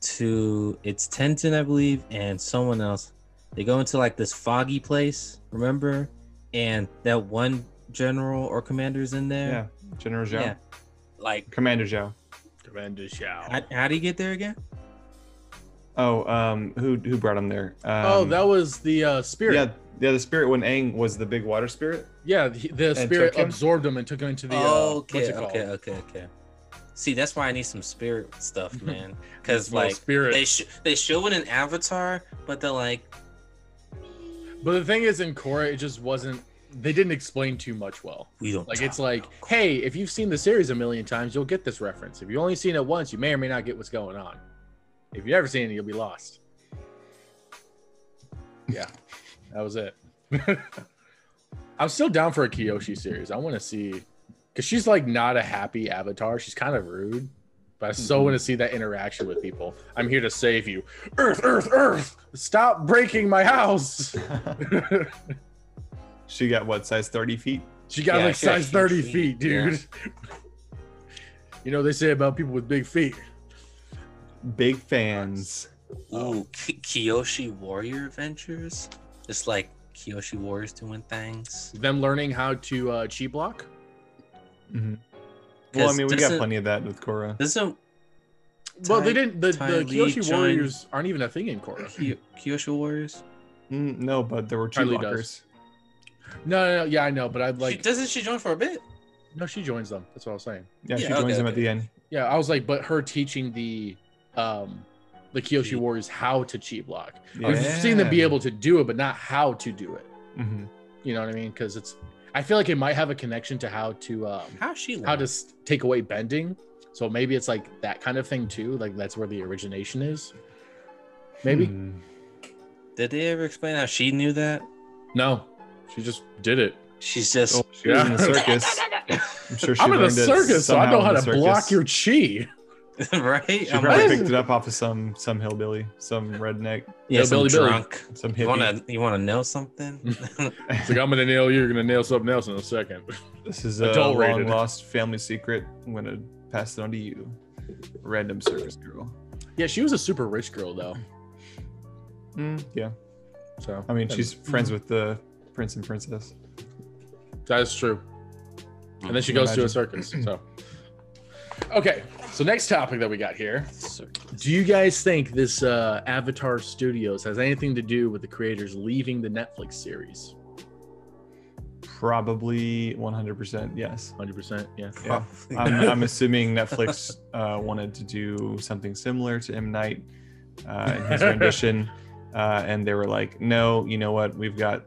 Speaker 3: to it's Tenzin I believe and someone else they go into like this foggy place remember and that one general or commander's in
Speaker 2: Yeah,
Speaker 3: there
Speaker 2: General Zhao,
Speaker 3: like
Speaker 2: Commander Zhao.
Speaker 1: Commander
Speaker 3: how,
Speaker 1: Shao.
Speaker 3: how do you get there again
Speaker 2: Oh, um, who who brought him there? Um,
Speaker 1: Oh, that was the uh, spirit.
Speaker 2: yeah, yeah, the spirit when Aang was the big water spirit.
Speaker 1: Yeah, the, the
Speaker 2: took
Speaker 1: spirit
Speaker 2: him?
Speaker 1: absorbed him and took him into the. Uh, what's
Speaker 3: okay
Speaker 1: it called?
Speaker 3: okay okay okay see that's why I need some spirit
Speaker 1: (laughs)
Speaker 3: stuff man because
Speaker 1: Well,
Speaker 3: like
Speaker 1: spirit.
Speaker 3: they sh- they show it in Avatar but they're like
Speaker 1: but the thing is, in Korra, it just wasn't. They didn't explain too much well.
Speaker 3: we don't
Speaker 1: Like
Speaker 3: talk
Speaker 1: it's like,
Speaker 3: about Korra."
Speaker 1: hey, if you've seen the series a million times, you'll get this reference. If you only seen it once, you may or may not get what's going on. If you've never seen it, you'll be lost. Yeah, that was it. (laughs) I'm still down for a Kyoshi series. I want to see because she's like not a happy avatar. She's kind of rude, but I still
Speaker 2: Mhm.
Speaker 1: want to see that interaction with people. I'm here to save you. Earth, Earth, Earth! Stop breaking my house.
Speaker 2: she got what size thirty feet?
Speaker 1: She got
Speaker 3: Yeah,
Speaker 1: like
Speaker 3: she got
Speaker 1: size
Speaker 3: huge
Speaker 1: 30
Speaker 3: feet,
Speaker 1: feet, dude. (laughs) You know, they say about people with big feet.
Speaker 2: Big fans.
Speaker 3: Ooh, Ki Kyoshi Warrior Adventures. It's like Kyoshi Warriors doing things.
Speaker 1: Them learning how to uh, chi block.
Speaker 2: Mhm.
Speaker 1: Mm-hmm.
Speaker 2: Well, I
Speaker 3: 'Cause
Speaker 2: mean, we got
Speaker 3: doesn't-
Speaker 2: plenty of that with Korra.
Speaker 3: Doesn't
Speaker 1: well,
Speaker 3: Tai-
Speaker 1: they didn't. The,
Speaker 3: Tai
Speaker 1: the
Speaker 3: Lee
Speaker 1: Kyoshi
Speaker 3: joined-
Speaker 1: Warriors aren't even a thing in Korra.
Speaker 3: Ki- Kyoshi Warriors?
Speaker 2: Mm, no, but there were two
Speaker 1: Charlie
Speaker 2: blockers.
Speaker 1: does. No, no, no, yeah, I know, but I'd
Speaker 3: Like,
Speaker 1: like.
Speaker 3: doesn't she join for a bit?
Speaker 1: no, she joins them. That's what I was saying.
Speaker 2: Yeah, she
Speaker 3: Yeah,
Speaker 2: joins
Speaker 3: okay,
Speaker 2: them at
Speaker 3: okay.
Speaker 2: the end.
Speaker 1: Yeah, I was like, but her teaching the, um, the Kyoshi
Speaker 3: Chi.
Speaker 1: Warriors how to chi block.
Speaker 2: Yeah.
Speaker 1: We've seen them be able to do it, but not how to do it.
Speaker 2: Mhm.
Speaker 1: You know what I mean? Because it's. I feel like it might have a connection to how to um,
Speaker 3: How she?
Speaker 1: how
Speaker 3: learn?
Speaker 1: to s- take away bending. So maybe it's like that kind of thing too. Like that's where the origination is. Maybe
Speaker 2: Hmm.
Speaker 3: Did they ever explain how she knew that?
Speaker 1: no, she just did it.
Speaker 3: She's just.
Speaker 2: Oh, she was in the
Speaker 1: Yeah.
Speaker 2: circus. I'm sure she
Speaker 1: I'm in a
Speaker 2: learned it
Speaker 1: circus, so I
Speaker 2: somehow
Speaker 1: know
Speaker 2: in
Speaker 1: how
Speaker 2: the
Speaker 1: to block
Speaker 2: circus.
Speaker 1: your chi. Oh.
Speaker 3: (laughs) right?
Speaker 2: She
Speaker 3: I'm
Speaker 2: probably
Speaker 1: like-
Speaker 2: picked it up off of some some hillbilly, some redneck,
Speaker 3: yeah,
Speaker 1: Yo,
Speaker 3: some
Speaker 1: Billy, Billy. Mm-hmm.
Speaker 3: drunk.
Speaker 2: some
Speaker 3: You
Speaker 2: hippie.
Speaker 3: wanna you wanna know something?
Speaker 1: It's like I'm gonna nail you. You're gonna nail something else in a second.
Speaker 2: This is a
Speaker 1: Adult
Speaker 2: long
Speaker 1: rated.
Speaker 2: lost family secret. I'm gonna pass it on to you, random circus girl.
Speaker 1: Yeah, she was a super rich girl though.
Speaker 2: Mm, yeah,
Speaker 1: So
Speaker 2: I mean she's friends
Speaker 1: mm-hmm.
Speaker 2: with the prince and princess.
Speaker 1: that is true. And then she goes to a circus. So (clears throat) okay, so next topic that we got here. (laughs)
Speaker 3: Circus.
Speaker 1: Do you guys think this uh, Avatar Studios has anything to do with the creators leaving the Netflix series?
Speaker 2: Probably 100% yes.
Speaker 1: 100%. Yeah.
Speaker 2: Yeah. I'm, I'm assuming Netflix uh, wanted to do something similar to M Night uh, in his rendition, uh, and they were like, no, you know what? We've got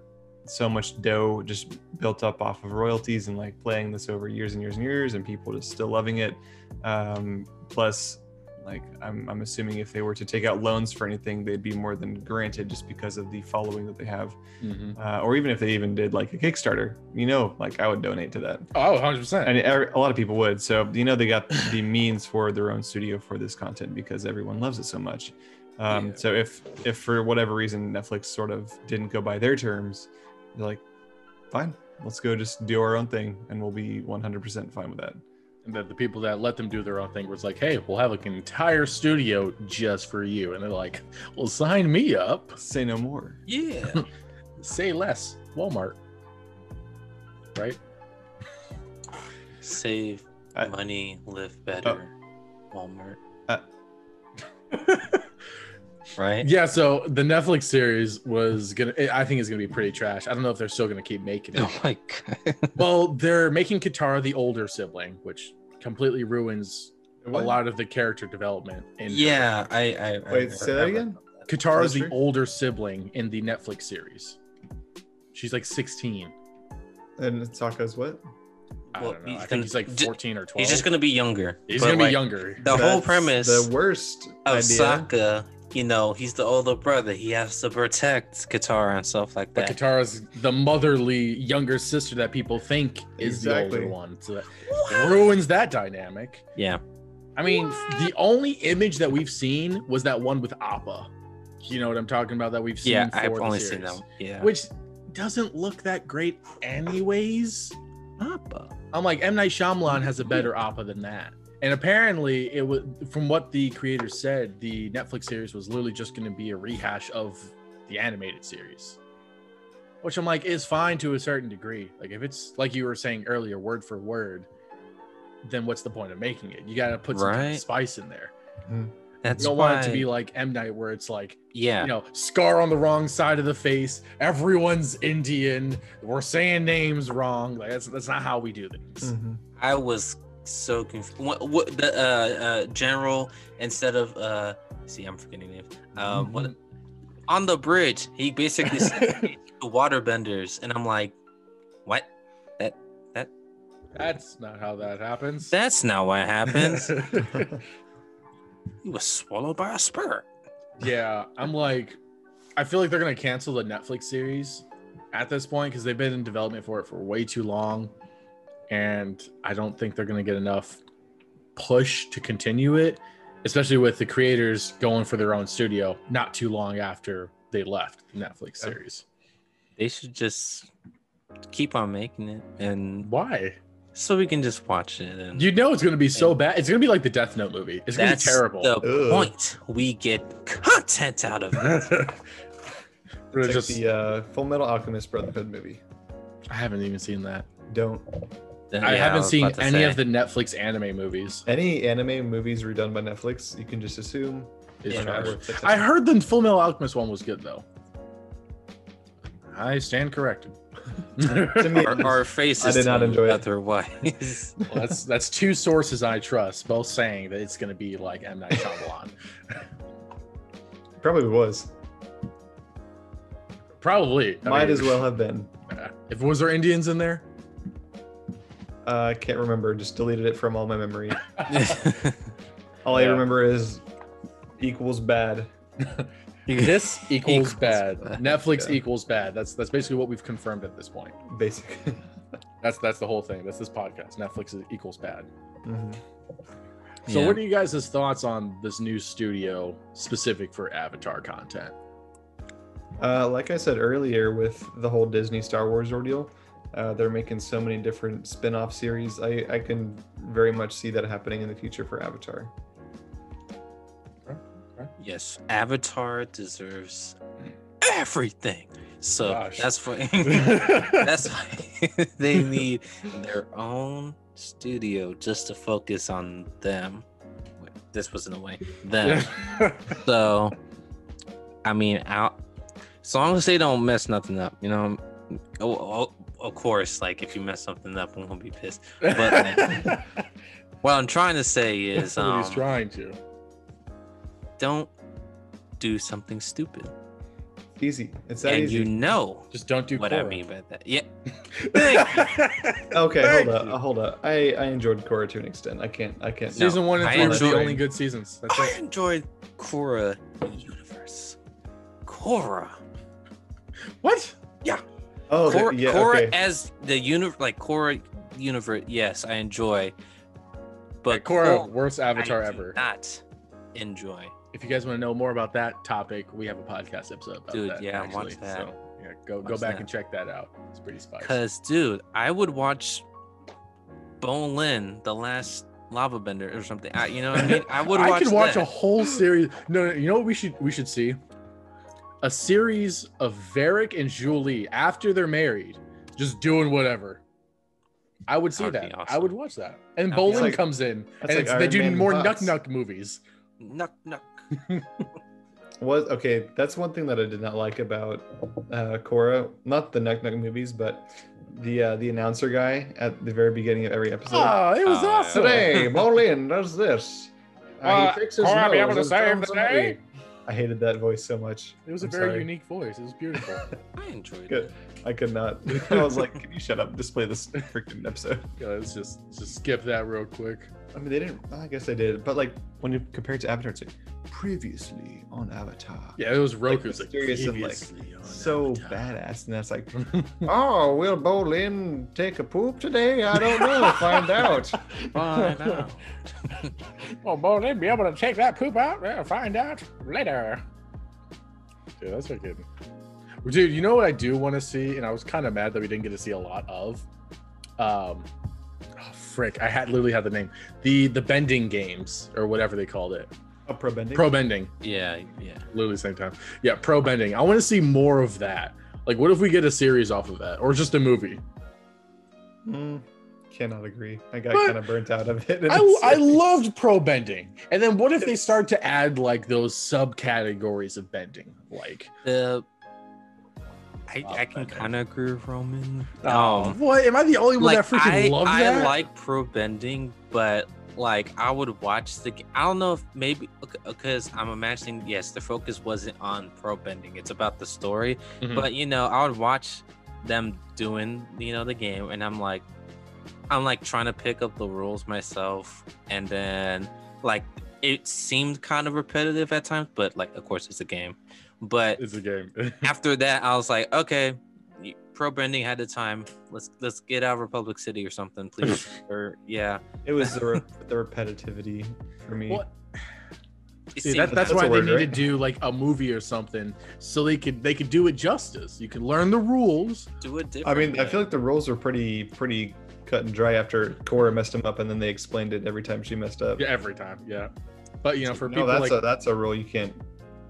Speaker 2: so much dough just built up off of royalties and like playing this over years and years and years, and people just still loving it. Um, plus, like I'm, I'm assuming if they were to take out loans for anything, they'd be more than granted just because of the following that they have.
Speaker 1: Mhm.
Speaker 2: Uh, or even if they even did like a Kickstarter, you know, like I would donate to that.
Speaker 1: Oh, 100 percent.
Speaker 2: And every, a lot of people would. So you know they got
Speaker 3: (laughs)
Speaker 2: the means for their own studio for this content because everyone loves it so much. Um,
Speaker 1: Yeah.
Speaker 2: So if if for whatever reason Netflix sort of didn't go by their terms, they're like, fine, let's go just do our own thing, and we'll be 100% fine with that.
Speaker 1: And that the people that let them do their own thing was like, hey, we'll have like an entire studio just for you. And they're like, well, sign me up.
Speaker 2: Say no more.
Speaker 3: Yeah.
Speaker 1: Say less, Walmart. Right?
Speaker 3: Save
Speaker 2: I-
Speaker 3: money, live better. Walmart.
Speaker 2: Uh.
Speaker 3: right?
Speaker 1: Yeah. So the Netflix series was gonna. I think it's gonna be pretty trash. I don't know if they're still gonna keep making it.
Speaker 3: (laughs) Oh my god.
Speaker 1: well, they're making Katara the older sibling, which completely ruins a lot of the character development. In her.
Speaker 3: yeah, I. I, I
Speaker 2: Wait, say that
Speaker 3: I-
Speaker 2: again?
Speaker 1: Katara's
Speaker 2: Is that
Speaker 1: the
Speaker 2: true?
Speaker 1: older sibling in the Netflix series. She's like 16.
Speaker 2: And Saka's what?
Speaker 1: I
Speaker 3: Well,
Speaker 1: don't know. I
Speaker 3: he's gonna-
Speaker 1: think he's like
Speaker 3: ju-
Speaker 1: 14 or 12.
Speaker 3: He's just gonna be younger.
Speaker 1: He's
Speaker 3: but,
Speaker 1: gonna be
Speaker 3: like,
Speaker 1: younger.
Speaker 3: The whole
Speaker 2: That's
Speaker 3: premise
Speaker 2: The worst
Speaker 3: of
Speaker 2: idea.
Speaker 3: Sokka, you know, he's the older brother. He has to protect Katara and stuff like
Speaker 1: But
Speaker 3: that.
Speaker 1: Katara's the motherly younger sister that people think is the
Speaker 2: Exactly.
Speaker 1: older one. So that ruins that dynamic.
Speaker 3: yeah.
Speaker 1: I mean, the only image that we've seen was that one with Appa. You know what I'm talking about? That we've seen.
Speaker 3: Yeah,
Speaker 1: for
Speaker 3: I've
Speaker 1: the
Speaker 3: only
Speaker 1: series,
Speaker 3: seen that one. Yeah.
Speaker 1: Which doesn't look that great, anyways.
Speaker 3: Appa.
Speaker 1: I'm like, M Night Shyamalan has a better Appa than that. And apparently, it was from what the creator said. The Netflix series was literally just going to be a rehash of the animated series, which I'm like is fine to a certain degree. Like if it's like you were saying earlier, word for word, then what's the point of making it? You got to put some kind of
Speaker 3: Right.
Speaker 1: spice in there.
Speaker 3: That's
Speaker 1: you don't
Speaker 3: why.
Speaker 1: want it to be like M Night, where it's like
Speaker 3: yeah.
Speaker 1: you know, scar on the wrong side of the face. Everyone's Indian. We're saying names wrong. Like that's that's not how we do things.
Speaker 3: Mm.
Speaker 2: Mhm.
Speaker 3: I was so confused. What, what the uh, uh, general instead of uh, see, I'm forgetting names. Um, what
Speaker 1: Mm-hmm.
Speaker 3: on the bridge? He basically
Speaker 1: (laughs)
Speaker 3: said the waterbenders, and I'm like, what?
Speaker 1: That's not how that happens.
Speaker 3: That's not what
Speaker 1: (laughs)
Speaker 2: (laughs)
Speaker 3: happens. he was swallowed by a spirit.
Speaker 1: yeah, I'm like, I feel like they're gonna cancel the Netflix series at this point because they've been in development for it for way too long, and I don't think they're gonna get enough push to continue it, especially with the creators going for their own studio not too long after they left the Netflix
Speaker 2: Okay.
Speaker 1: series.
Speaker 3: They should just keep on making it, and
Speaker 1: Why?
Speaker 3: so we can just watch it. And
Speaker 1: You know it's gonna be so bad. It's gonna be like the Death Note movie. It's gonna
Speaker 3: that's
Speaker 1: be terrible. (laughs)
Speaker 3: the
Speaker 2: Ugh.
Speaker 3: point. We get content out of it.
Speaker 1: Or
Speaker 2: It's like
Speaker 1: just-
Speaker 2: the uh, Full Metal Alchemist Brotherhood movie.
Speaker 1: I haven't even seen that.
Speaker 2: Don't
Speaker 1: I
Speaker 3: Yeah,
Speaker 1: haven't
Speaker 3: was
Speaker 1: seen
Speaker 3: about to
Speaker 1: any
Speaker 3: say.
Speaker 1: of the Netflix anime movies.
Speaker 2: any anime movies redone by Netflix. You can just assume
Speaker 1: It's
Speaker 3: Yeah.
Speaker 2: are not
Speaker 1: trash.
Speaker 2: worth the time.
Speaker 1: I heard the Full Metal Alchemist one was good though. I stand
Speaker 3: (laughs)
Speaker 1: corrected. (laughs)
Speaker 2: To me,
Speaker 3: our, our faces.
Speaker 2: I did not
Speaker 3: tell you
Speaker 2: enjoy it.
Speaker 3: Otherwise,
Speaker 1: (laughs) Well, that's that's two sources I trust, both saying that it's gonna be like M Night Shyamalan.
Speaker 2: it probably was.
Speaker 1: Probably. I
Speaker 2: Might
Speaker 1: mean,
Speaker 2: as well have been.
Speaker 1: If was there Indians in there?
Speaker 2: Uh, I can't remember. Just deleted it from all
Speaker 1: (laughs)
Speaker 2: my memory. All
Speaker 1: Yeah.
Speaker 2: I remember is equals bad.
Speaker 1: (laughs) this equals
Speaker 3: Equals
Speaker 1: bad.
Speaker 3: bad.
Speaker 1: Netflix
Speaker 2: Yeah.
Speaker 1: equals bad. That's that's basically what we've confirmed at this point.
Speaker 2: Basic. (laughs)
Speaker 1: That's that's the whole thing. That's this podcast. Netflix is, equals bad.
Speaker 2: Mhm.
Speaker 1: So,
Speaker 3: Yeah.
Speaker 1: what are you guys' thoughts on this new studio specific for Avatar content?
Speaker 3: (laughs)
Speaker 2: Uh, like I said earlier, with the whole Disney Star Wars ordeal, uh, they're making so many different spin off series. I, I can very much see that happening in the future for Avatar.
Speaker 3: yes, Avatar deserves everything. So
Speaker 1: Gosh. (laughs)
Speaker 3: that's why
Speaker 1: That's
Speaker 3: that's why (laughs) they need their own studio just to focus on them. Wait, This was in a way them. So, I mean, out as long as they don't mess nothing up, you know. Oh, oh, of course, like if you mess something up, I'm gonna be pissed.
Speaker 1: (laughs)
Speaker 3: What I'm trying to say is,
Speaker 1: That's what
Speaker 3: um,
Speaker 1: he's trying to.
Speaker 3: don't do something stupid.
Speaker 2: Easy. It's that
Speaker 3: and
Speaker 2: easy.
Speaker 3: you know
Speaker 1: Just don't do
Speaker 3: what I
Speaker 1: Korra.
Speaker 3: mean by that. Yeah. Thank
Speaker 2: Okay,
Speaker 1: Thank
Speaker 2: hold up,
Speaker 1: you.
Speaker 2: uh, hold up. I I enjoyed Korra to an extent. I can't, I
Speaker 1: (laughs)
Speaker 2: can't.
Speaker 1: Season one and
Speaker 3: I
Speaker 1: three were
Speaker 3: enjoy-
Speaker 1: the only good seasons. That's
Speaker 3: I
Speaker 1: it.
Speaker 3: enjoyed Korra universe. Korra.
Speaker 1: What?
Speaker 2: Oh, the-
Speaker 3: Korra,
Speaker 2: yeah,
Speaker 3: Korra
Speaker 2: okay.
Speaker 3: as the universe, like Korra universe. Yes, I enjoy. But
Speaker 1: Korra,
Speaker 3: Korra,
Speaker 1: worst avatar
Speaker 3: I do
Speaker 1: ever.
Speaker 3: Not enjoy.
Speaker 1: If you guys want to know more about that topic, we have a podcast episode about
Speaker 3: Dude,
Speaker 1: that.
Speaker 3: yeah,
Speaker 1: actually.
Speaker 3: watch that.
Speaker 1: So, yeah, go go
Speaker 3: Watch
Speaker 1: back
Speaker 3: that.
Speaker 1: and check that out. It's pretty spicy.
Speaker 3: Cause, dude, I would watch Bone Lin, the last lava bender or something. I, you know what I mean? I would watch.
Speaker 1: I could watch
Speaker 3: that.
Speaker 1: a whole series. No, no, you know what we should we should see? A series of Varric and Julie after they're married, just doing whatever. I would see
Speaker 3: That would
Speaker 1: that.
Speaker 3: be awesome.
Speaker 1: I would watch that. And
Speaker 3: That'd be
Speaker 1: Bolin
Speaker 2: awesome.
Speaker 1: comes in, and
Speaker 2: That's like
Speaker 1: it's, they
Speaker 2: Iron
Speaker 1: do
Speaker 2: Man in
Speaker 1: more
Speaker 2: a
Speaker 1: Nuck
Speaker 2: box.
Speaker 1: Nuck movies.
Speaker 3: Knock knock.
Speaker 2: Was okay. That's one thing that I did not like about uh, Korra. Not the Nuck Nuck movies, but the uh, the announcer guy at the very beginning of every episode. (laughs)
Speaker 1: Oh, it was
Speaker 3: Oh, yeah.
Speaker 1: awesome.
Speaker 2: Ah, Today, Bolin does this.
Speaker 1: Uh,
Speaker 2: fixes
Speaker 1: Korra, be
Speaker 2: nose
Speaker 1: able to
Speaker 2: and
Speaker 1: save
Speaker 2: turns
Speaker 1: the
Speaker 2: on
Speaker 1: day?
Speaker 2: me. I hated that voice so much.
Speaker 1: It was a
Speaker 2: I'm
Speaker 1: very
Speaker 2: sorry.
Speaker 1: unique voice. It was beautiful.
Speaker 3: I enjoyed
Speaker 2: Good.
Speaker 3: it.
Speaker 2: I could not. (laughs) I was like, can you shut up? Display this freaking episode.
Speaker 1: Yeah, let's just just skip that real quick.
Speaker 2: I mean, they didn't. I guess they did, but like when you compare it to Avatar, it's like previously on Avatar.
Speaker 1: Yeah, it was Roku's like,
Speaker 2: mysterious and, like,
Speaker 1: previously on
Speaker 2: So
Speaker 1: Avatar.
Speaker 2: badass, and that's like, (laughs) oh, will Bolin take a poop today? I don't know. Find out.
Speaker 3: Fine, I know.
Speaker 1: Well, boy, they'd be able to take that poop out. They'll find out later. Dude, that's fucking. Dude, you know what I do want to see, and I was kind of mad that we didn't get to see a lot of. Um, oh, frick, I had literally had the name, the the bending games or whatever they called it,
Speaker 2: (laughs) A pro bending.
Speaker 1: pro bending.
Speaker 3: yeah, yeah.
Speaker 1: Literally same time. Yeah, pro bending. I want to see more of that. Like, what if we get a series off of that, or just a movie?
Speaker 2: Mm, cannot agree. I got
Speaker 1: But-
Speaker 2: kind of burnt out of it. (laughs) in
Speaker 1: I,
Speaker 2: this
Speaker 1: I
Speaker 2: series.
Speaker 1: loved pro bending. And then what if they start to add like those subcategories of bending? Like,
Speaker 3: The I,
Speaker 1: Lava
Speaker 3: I can
Speaker 1: bender.
Speaker 3: kind of agree with Roman.
Speaker 1: oh, what? Am I the only one that freaking
Speaker 3: Um, I,
Speaker 1: loved
Speaker 3: I
Speaker 1: that?
Speaker 3: like pro bending, but like I would watch the. g- I don't know if maybe because I'm imagining. Yes, the focus wasn't on pro bending. It's about the story.
Speaker 1: Mhm.
Speaker 3: But you know, I would watch them doing you know the game, and I'm like, I'm like trying to pick up the rules myself, and then like it seemed kind of repetitive at times, but like of course it's a game, but
Speaker 1: it's a
Speaker 3: (laughs)
Speaker 1: game. (laughs)
Speaker 3: after that, I was like, okay, you- pro bending had the time. Let's let's get out of Republic City or something, (laughs) please. or yeah,
Speaker 2: It was the, re- the repetitivity for me.
Speaker 1: Well, see,
Speaker 3: It seemed-
Speaker 1: that, that's,
Speaker 2: That's
Speaker 1: why they
Speaker 2: a word,
Speaker 1: need to
Speaker 2: right?
Speaker 1: do like a movie or something, so they could they could do it justice. You could learn the rules.
Speaker 3: do it
Speaker 2: I
Speaker 3: different.
Speaker 2: mean, I feel like the rules were pretty pretty cut and dry after Cora messed them up, and then they explained it every time she messed up.
Speaker 1: Yeah, every time. Yeah, but you know, for
Speaker 2: no,
Speaker 1: people
Speaker 2: that's
Speaker 1: like
Speaker 2: a that's a rule you can't.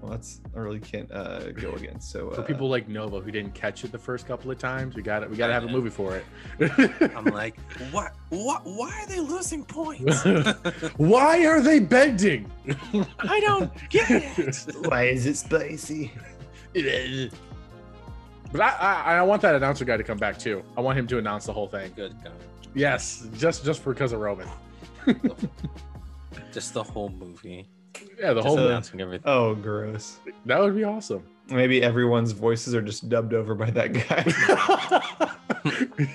Speaker 2: Well, that's a rule you can't uh, go against. So uh,
Speaker 1: for people like Nova who didn't catch it the first couple of times, we got it. We got to have a
Speaker 3: Yeah.
Speaker 1: movie for it.
Speaker 3: I'm like, what? What? Why are they losing points?
Speaker 1: (laughs)
Speaker 3: (laughs)
Speaker 1: why are they bending?
Speaker 3: I don't get it.
Speaker 2: (laughs) why is
Speaker 1: (laughs)
Speaker 2: it spicy?
Speaker 1: but I, I I want that announcer guy to come back too. I want him to announce the whole thing.
Speaker 3: Good God.
Speaker 1: Yes, just just because of Roman.
Speaker 3: Just the whole movie.
Speaker 1: Yeah, the
Speaker 3: Just
Speaker 1: whole
Speaker 3: announcing everything.
Speaker 2: Oh, gross.
Speaker 1: that would be awesome. (laughs)
Speaker 2: Maybe everyone's voices are just dubbed over by that guy.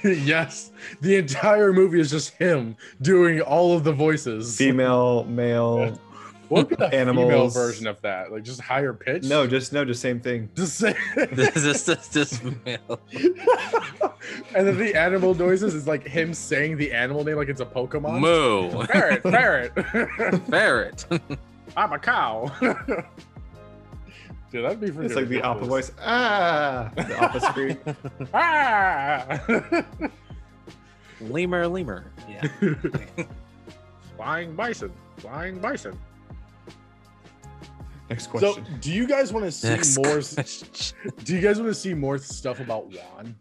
Speaker 1: yes, the entire movie is just him doing all of the voices.
Speaker 2: Female, male.
Speaker 1: what would be the female
Speaker 2: animals.
Speaker 1: version of that? Like just higher pitch?
Speaker 2: No, just no, just same thing.
Speaker 1: (laughs) just say. (laughs)
Speaker 3: this is (laughs) just this male.
Speaker 1: and then the animal noises is like him saying the animal name like it's a Pokemon.
Speaker 3: (laughs) Moo.
Speaker 1: Ferret, ferret.
Speaker 3: Ferret.
Speaker 1: (laughs) I'm a cow. (laughs) Dude, that'd be freaking
Speaker 2: It's like the oppa
Speaker 1: ridiculous.
Speaker 2: voice. Ah, the oppa scream.
Speaker 1: Ah!
Speaker 3: (laughs)
Speaker 1: (laughs)
Speaker 3: Lemur, lemur. Yeah. (laughs)
Speaker 1: flying bison, flying bison.
Speaker 2: Next question.
Speaker 1: So, do you guys want to see
Speaker 3: Next
Speaker 1: more?
Speaker 3: question.
Speaker 1: Do you guys want to see more stuff about Juan?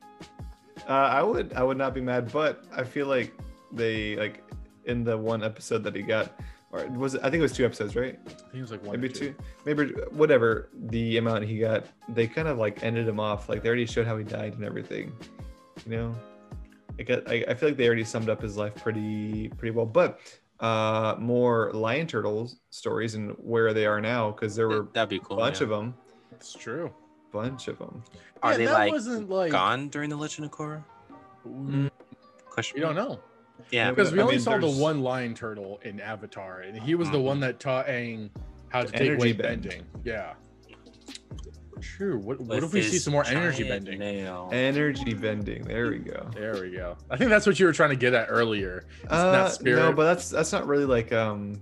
Speaker 2: Uh, I would I would not be mad, but I feel like they like in the one episode that he got, or was it, I think it was two episodes, right?
Speaker 1: I think it was like one.
Speaker 2: Maybe
Speaker 1: or
Speaker 2: two, maybe whatever the amount he got. They kind of like ended him off. Like they already showed how he died and everything, you know. Like I, I feel like they already summed up his life pretty pretty well, but uh more lion
Speaker 3: (laughs)
Speaker 2: turtles stories and where they are now because there were
Speaker 3: That'd be
Speaker 2: a
Speaker 3: cool.
Speaker 2: bunch
Speaker 3: Oh, yeah.
Speaker 2: of them
Speaker 1: It's true.
Speaker 2: bunch of them.
Speaker 3: Are
Speaker 1: Yeah,
Speaker 3: they
Speaker 1: that
Speaker 3: like
Speaker 1: wasn't like Mm,
Speaker 3: gone during the Legend of Korra?
Speaker 1: we
Speaker 3: Question.
Speaker 1: don't know
Speaker 3: Yeah.
Speaker 1: because we
Speaker 2: I
Speaker 1: only
Speaker 2: mean,
Speaker 1: saw the
Speaker 2: there's-
Speaker 1: one lion turtle in Avatar, and he was the
Speaker 3: Mhm.
Speaker 1: one that taught Aang how to
Speaker 2: The
Speaker 1: take
Speaker 2: energy
Speaker 1: weight
Speaker 2: bend.
Speaker 1: bending. Yeah. True. What, what
Speaker 3: With
Speaker 1: if we see
Speaker 3: his
Speaker 1: some more energy
Speaker 3: giant
Speaker 1: bending?
Speaker 3: Nail.
Speaker 2: Energy bending. There we go.
Speaker 1: There we go. I think that's what you were trying to get at earlier. not
Speaker 2: Uh,
Speaker 1: spirit.
Speaker 2: no, but that's that's not really like um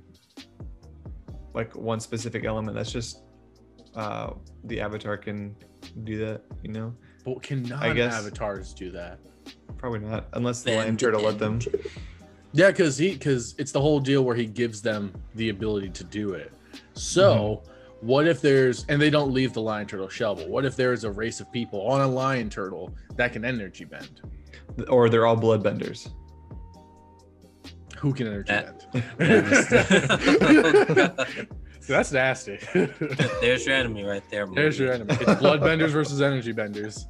Speaker 2: like one specific element. That's just uh the avatar can do that. You know,
Speaker 1: But can
Speaker 2: I guess-
Speaker 1: non-avatars do that?
Speaker 2: probably not unless the
Speaker 3: Bend
Speaker 2: lion turtle let
Speaker 3: (laughs)
Speaker 2: them.
Speaker 1: Yeah, because he because it's the whole deal where he gives them the ability to do it. So what if there's and they don't leave the lion turtle shell? But what if there is a race of people on a lion turtle that can energy bend?
Speaker 2: Or they're all bloodbenders.
Speaker 1: Who can energy
Speaker 3: That-
Speaker 1: bend? So (laughs) that's nasty.
Speaker 3: There's your enemy right there.
Speaker 1: There's
Speaker 3: Marie.
Speaker 1: your enemy. It's bloodbenders versus energy benders.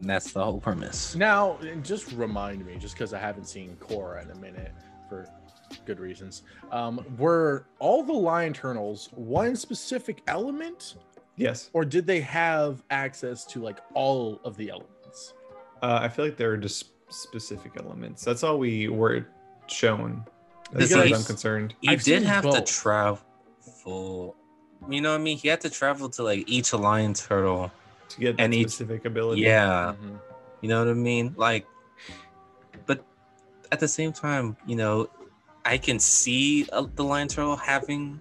Speaker 3: And that's the whole premise.
Speaker 1: Now, and just remind me, just because I haven't seen Korra in a minute for good reasons. Um, were all the lion turtles one specific element,
Speaker 2: Yes,
Speaker 1: or did they have access to like all of the elements?
Speaker 2: uh, I feel like there are just specific elements. That's all we were shown.
Speaker 1: Because
Speaker 2: As far as
Speaker 1: I-
Speaker 2: I'm concerned.
Speaker 3: He
Speaker 1: I've
Speaker 3: did
Speaker 1: seen
Speaker 3: have to
Speaker 1: both.
Speaker 3: travel. You know what I mean? He had to travel to like each lion turtle.
Speaker 2: to get that
Speaker 3: And each-
Speaker 2: specific ability.
Speaker 3: Yeah.
Speaker 1: Mm-hmm.
Speaker 3: You know what I mean? Like, but at the same time, you know, I can see uh, the lion turtle having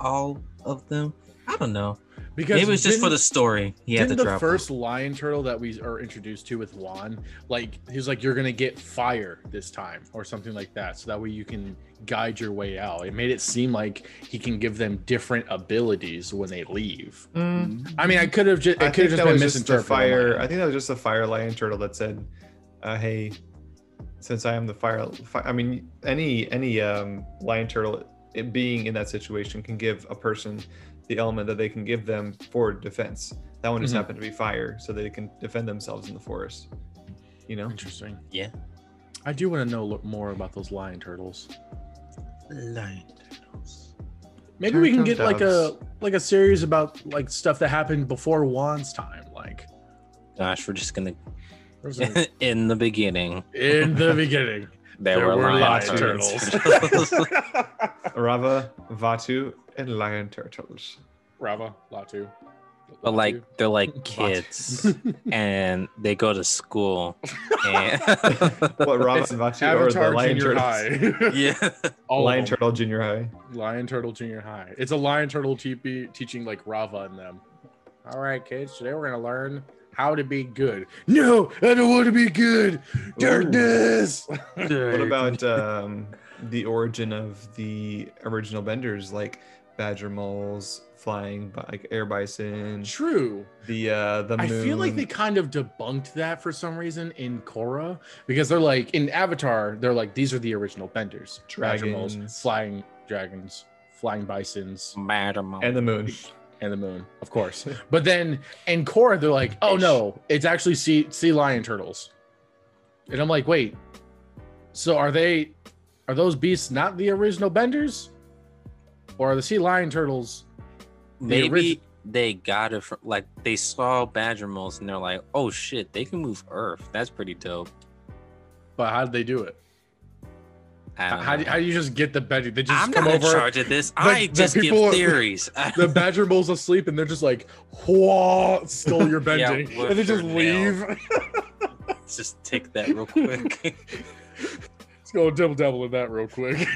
Speaker 3: all of them. I don't know.
Speaker 1: Because
Speaker 3: Maybe it was just for
Speaker 1: didn't-
Speaker 3: the story. He had
Speaker 1: Didn't
Speaker 3: to
Speaker 1: the
Speaker 3: travel.
Speaker 1: first lion turtle that we are introduced to with Juan, like he was like, "You're gonna get fire this time" or something like that, so that way you can guide your way out. It made it seem like he can give them different abilities when they leave.
Speaker 2: Mm,
Speaker 1: I mean, I could have just,
Speaker 2: I
Speaker 1: it could have
Speaker 2: think
Speaker 1: just
Speaker 2: that
Speaker 1: been
Speaker 2: was just the
Speaker 1: misinterpreted. on my
Speaker 2: fire.
Speaker 1: end.
Speaker 2: I think that was just the fire lion turtle that said, uh, "Hey, since I am the fire, fi- I mean, any any um, lion turtle it being in that situation can give a person the element that they can give them for defense. That one just
Speaker 1: Mhm.
Speaker 2: happened to be fire, so they can defend themselves in the forest. You know,
Speaker 1: Interesting.
Speaker 3: Yeah.
Speaker 1: I do want to know lo- more about those lion turtles.
Speaker 3: lion turtles.
Speaker 1: Maybe we can
Speaker 2: Turtle
Speaker 1: get like a like a series about like stuff that happened before Juan's time, like
Speaker 3: Gosh, we're just gonna.
Speaker 1: there was
Speaker 3: (laughs)
Speaker 1: a-
Speaker 3: In the beginning,
Speaker 1: in the beginning.
Speaker 3: there,
Speaker 1: There
Speaker 3: were,
Speaker 1: were
Speaker 3: lion
Speaker 2: lion
Speaker 3: turtles.
Speaker 2: Rava, Vatu, and lion turtles.
Speaker 1: (laughs) Rava, Latu.
Speaker 3: (laughs) but like
Speaker 1: Latu. (laughs)
Speaker 3: they're like kids. and they go to school. And
Speaker 2: What
Speaker 1: (laughs)
Speaker 2: Rava
Speaker 1: It's
Speaker 2: and Vatu are the
Speaker 1: Avatar
Speaker 2: lion
Speaker 1: Junior
Speaker 2: turtles? (laughs)
Speaker 1: High.
Speaker 3: yeah,
Speaker 1: All
Speaker 2: Lion
Speaker 1: of them.
Speaker 2: turtle junior high.
Speaker 1: Lion Turtle Junior High. It's a Lion Turtle TP teaching like Rava and them. All right, kids. Today we're gonna learn how to be good. No, I don't want to be good. Darkness.
Speaker 2: What
Speaker 1: (laughs)
Speaker 2: about um, the origin of the original benders, like badger moles, flying bi- like air bison,
Speaker 1: True.
Speaker 2: the uh, the moon?
Speaker 1: I feel like they kind of debunked that for some reason in Korra because they're like in Avatar, they're like these are the original benders, dragons,
Speaker 2: Dragons.
Speaker 1: flying dragons, flying bisons,
Speaker 3: Madam?
Speaker 2: and the moon.
Speaker 1: and the moon, of
Speaker 3: (laughs)
Speaker 1: course. but then in Korra, they're like, oh no, it's actually sea sea lion turtles, and I'm like, wait, so are they, are those beasts not the original benders, or are the sea lion turtles?
Speaker 3: maybe
Speaker 1: orig-
Speaker 3: they got it from like they saw badger moles and they're like, oh shit, they can move Earth. That's pretty dope.
Speaker 1: But how did they do it?
Speaker 3: I don't
Speaker 1: How do,
Speaker 3: know.
Speaker 1: how do you just get the bender? They just
Speaker 3: I'm
Speaker 1: come
Speaker 3: not in
Speaker 1: over.
Speaker 3: charge of this.
Speaker 1: the-
Speaker 3: I
Speaker 1: the
Speaker 3: just give
Speaker 1: people-
Speaker 3: theories.
Speaker 1: (laughs)
Speaker 3: (laughs)
Speaker 1: the badger bull's asleep and they're just like whoa stole your
Speaker 3: (laughs) Yeah,
Speaker 1: bending
Speaker 3: with
Speaker 1: and they just
Speaker 3: their
Speaker 1: leave (laughs)
Speaker 3: nail. just take that real quick. (laughs)
Speaker 1: let's go double double in that real quick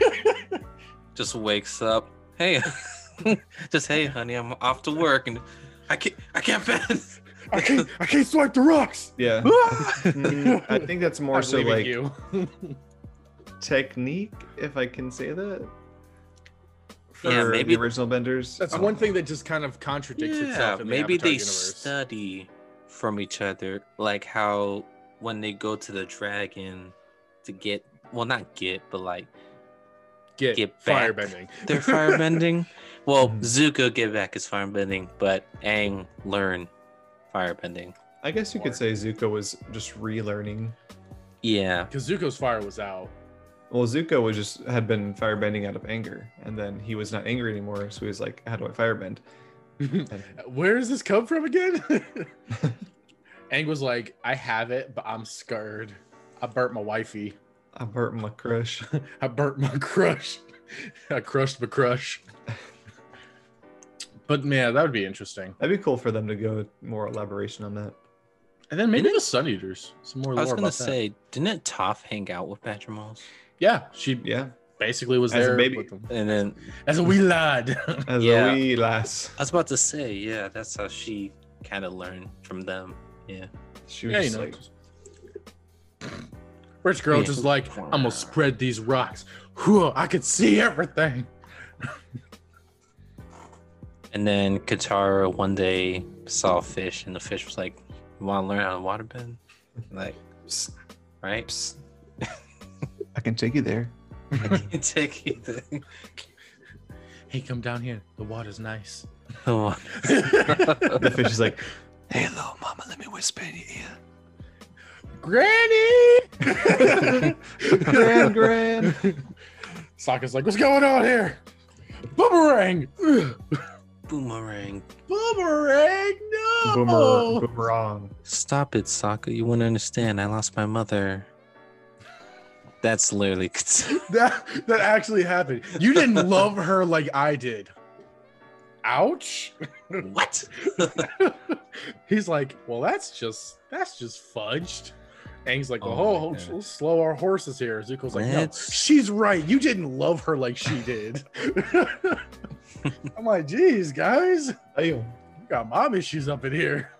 Speaker 1: (laughs)
Speaker 3: just wakes up. Hey, (laughs) just hey, honey, I'm off to work and I can't, I can't bend.
Speaker 1: i can't i can't swipe the rocks
Speaker 2: Yeah, (laughs) Mm, I think that's more
Speaker 1: I'm
Speaker 2: so
Speaker 1: leaving
Speaker 2: like
Speaker 1: you
Speaker 2: (laughs) technique, if I can say that. For
Speaker 3: Yeah, maybe-
Speaker 2: the original benders. Um,
Speaker 1: that's
Speaker 2: I don't
Speaker 1: one
Speaker 2: know.
Speaker 1: thing that just kind of contradicts itself in the
Speaker 3: maybe
Speaker 1: Avatar
Speaker 3: they
Speaker 1: universe.
Speaker 3: study from each other, like how when they go to the dragon to get, well, not get, but like
Speaker 1: get,
Speaker 3: get back.
Speaker 1: firebending (laughs)
Speaker 3: they're firebending. well,
Speaker 1: Hmm.
Speaker 2: Mhm.
Speaker 3: Zuko get back his firebending, but Aang learn firebending.
Speaker 2: I guess you
Speaker 1: Or-
Speaker 2: could say Zuko was just relearning.
Speaker 3: Yeah,
Speaker 1: kazuko's fire was
Speaker 2: (laughs)
Speaker 1: out (laughs)
Speaker 2: Well, Zuko was just had been firebending out of anger, and then he was not angry anymore, so he was like, "How do I firebend?"
Speaker 1: Where does this come from again? (laughs) Ang was like, I have it, but I'm scared. I burnt my wifey.
Speaker 2: I burnt my crush.
Speaker 1: I burnt my (laughs) crush. I crushed my crush. (laughs) But man, that would be interesting.
Speaker 2: That'd be cool for them to go with more elaboration on that.
Speaker 1: And then maybe the Sun Eaters. Some more
Speaker 3: I was
Speaker 1: lore
Speaker 3: gonna
Speaker 1: about that.
Speaker 3: say, didn't Toph hang out with Badger Moss?
Speaker 1: Yeah, she
Speaker 2: Yeah,
Speaker 1: basically was
Speaker 2: As a
Speaker 1: there
Speaker 2: baby.
Speaker 1: with them.
Speaker 3: And then
Speaker 1: as a wee lad. (laughs)
Speaker 2: as
Speaker 3: Yeah.
Speaker 2: a wee lass,
Speaker 3: I was about to say, yeah, that's how she kind of learned from them. Yeah.
Speaker 2: she was
Speaker 1: Yeah, you
Speaker 2: just
Speaker 1: know.
Speaker 2: like,
Speaker 1: Rich girl
Speaker 3: Yeah.
Speaker 1: just like, (sniffs) I'm gonna spread these rocks. Whew, I could see everything.
Speaker 3: And then Katara one day saw a fish, and the fish was like, "You want to learn how to waterbend?" Like,
Speaker 2: "Psst,
Speaker 3: right? (laughs)
Speaker 2: psst. I can take you there.
Speaker 3: Take anything.
Speaker 1: Hey, come down here. The water's nice. (laughs)
Speaker 3: Oh,
Speaker 2: (laughs) The fish is (laughs) like, hey, little mama, let me whisper in your ear.
Speaker 1: (laughs) Granny!
Speaker 2: Grand, grand.
Speaker 1: (laughs) Sokka's like, what's going on here? Boomerang! Ugh.
Speaker 3: Boomerang!
Speaker 1: (sighs) Boomerang! No!
Speaker 2: Boomer,
Speaker 1: Oh.
Speaker 2: boomerang.
Speaker 3: Stop it, Sokka. You wouldn't understand. I lost my mother. That's
Speaker 2: (laughs)
Speaker 3: literally Katara.
Speaker 1: (laughs) That that actually happened. You didn't love her like I did. Ouch.
Speaker 3: what? (laughs)
Speaker 1: (laughs) He's like, well, that's just that's just fudged. Ang's like,
Speaker 3: Oh
Speaker 1: well,
Speaker 3: my
Speaker 1: oh,
Speaker 3: God.
Speaker 1: we'll slow our horses here. Zuko's like, no,
Speaker 3: That's-
Speaker 1: she's right. You didn't love her like she did. (laughs) I'm like, geez, guys,
Speaker 2: Ayo.
Speaker 1: we got mom issues up in here.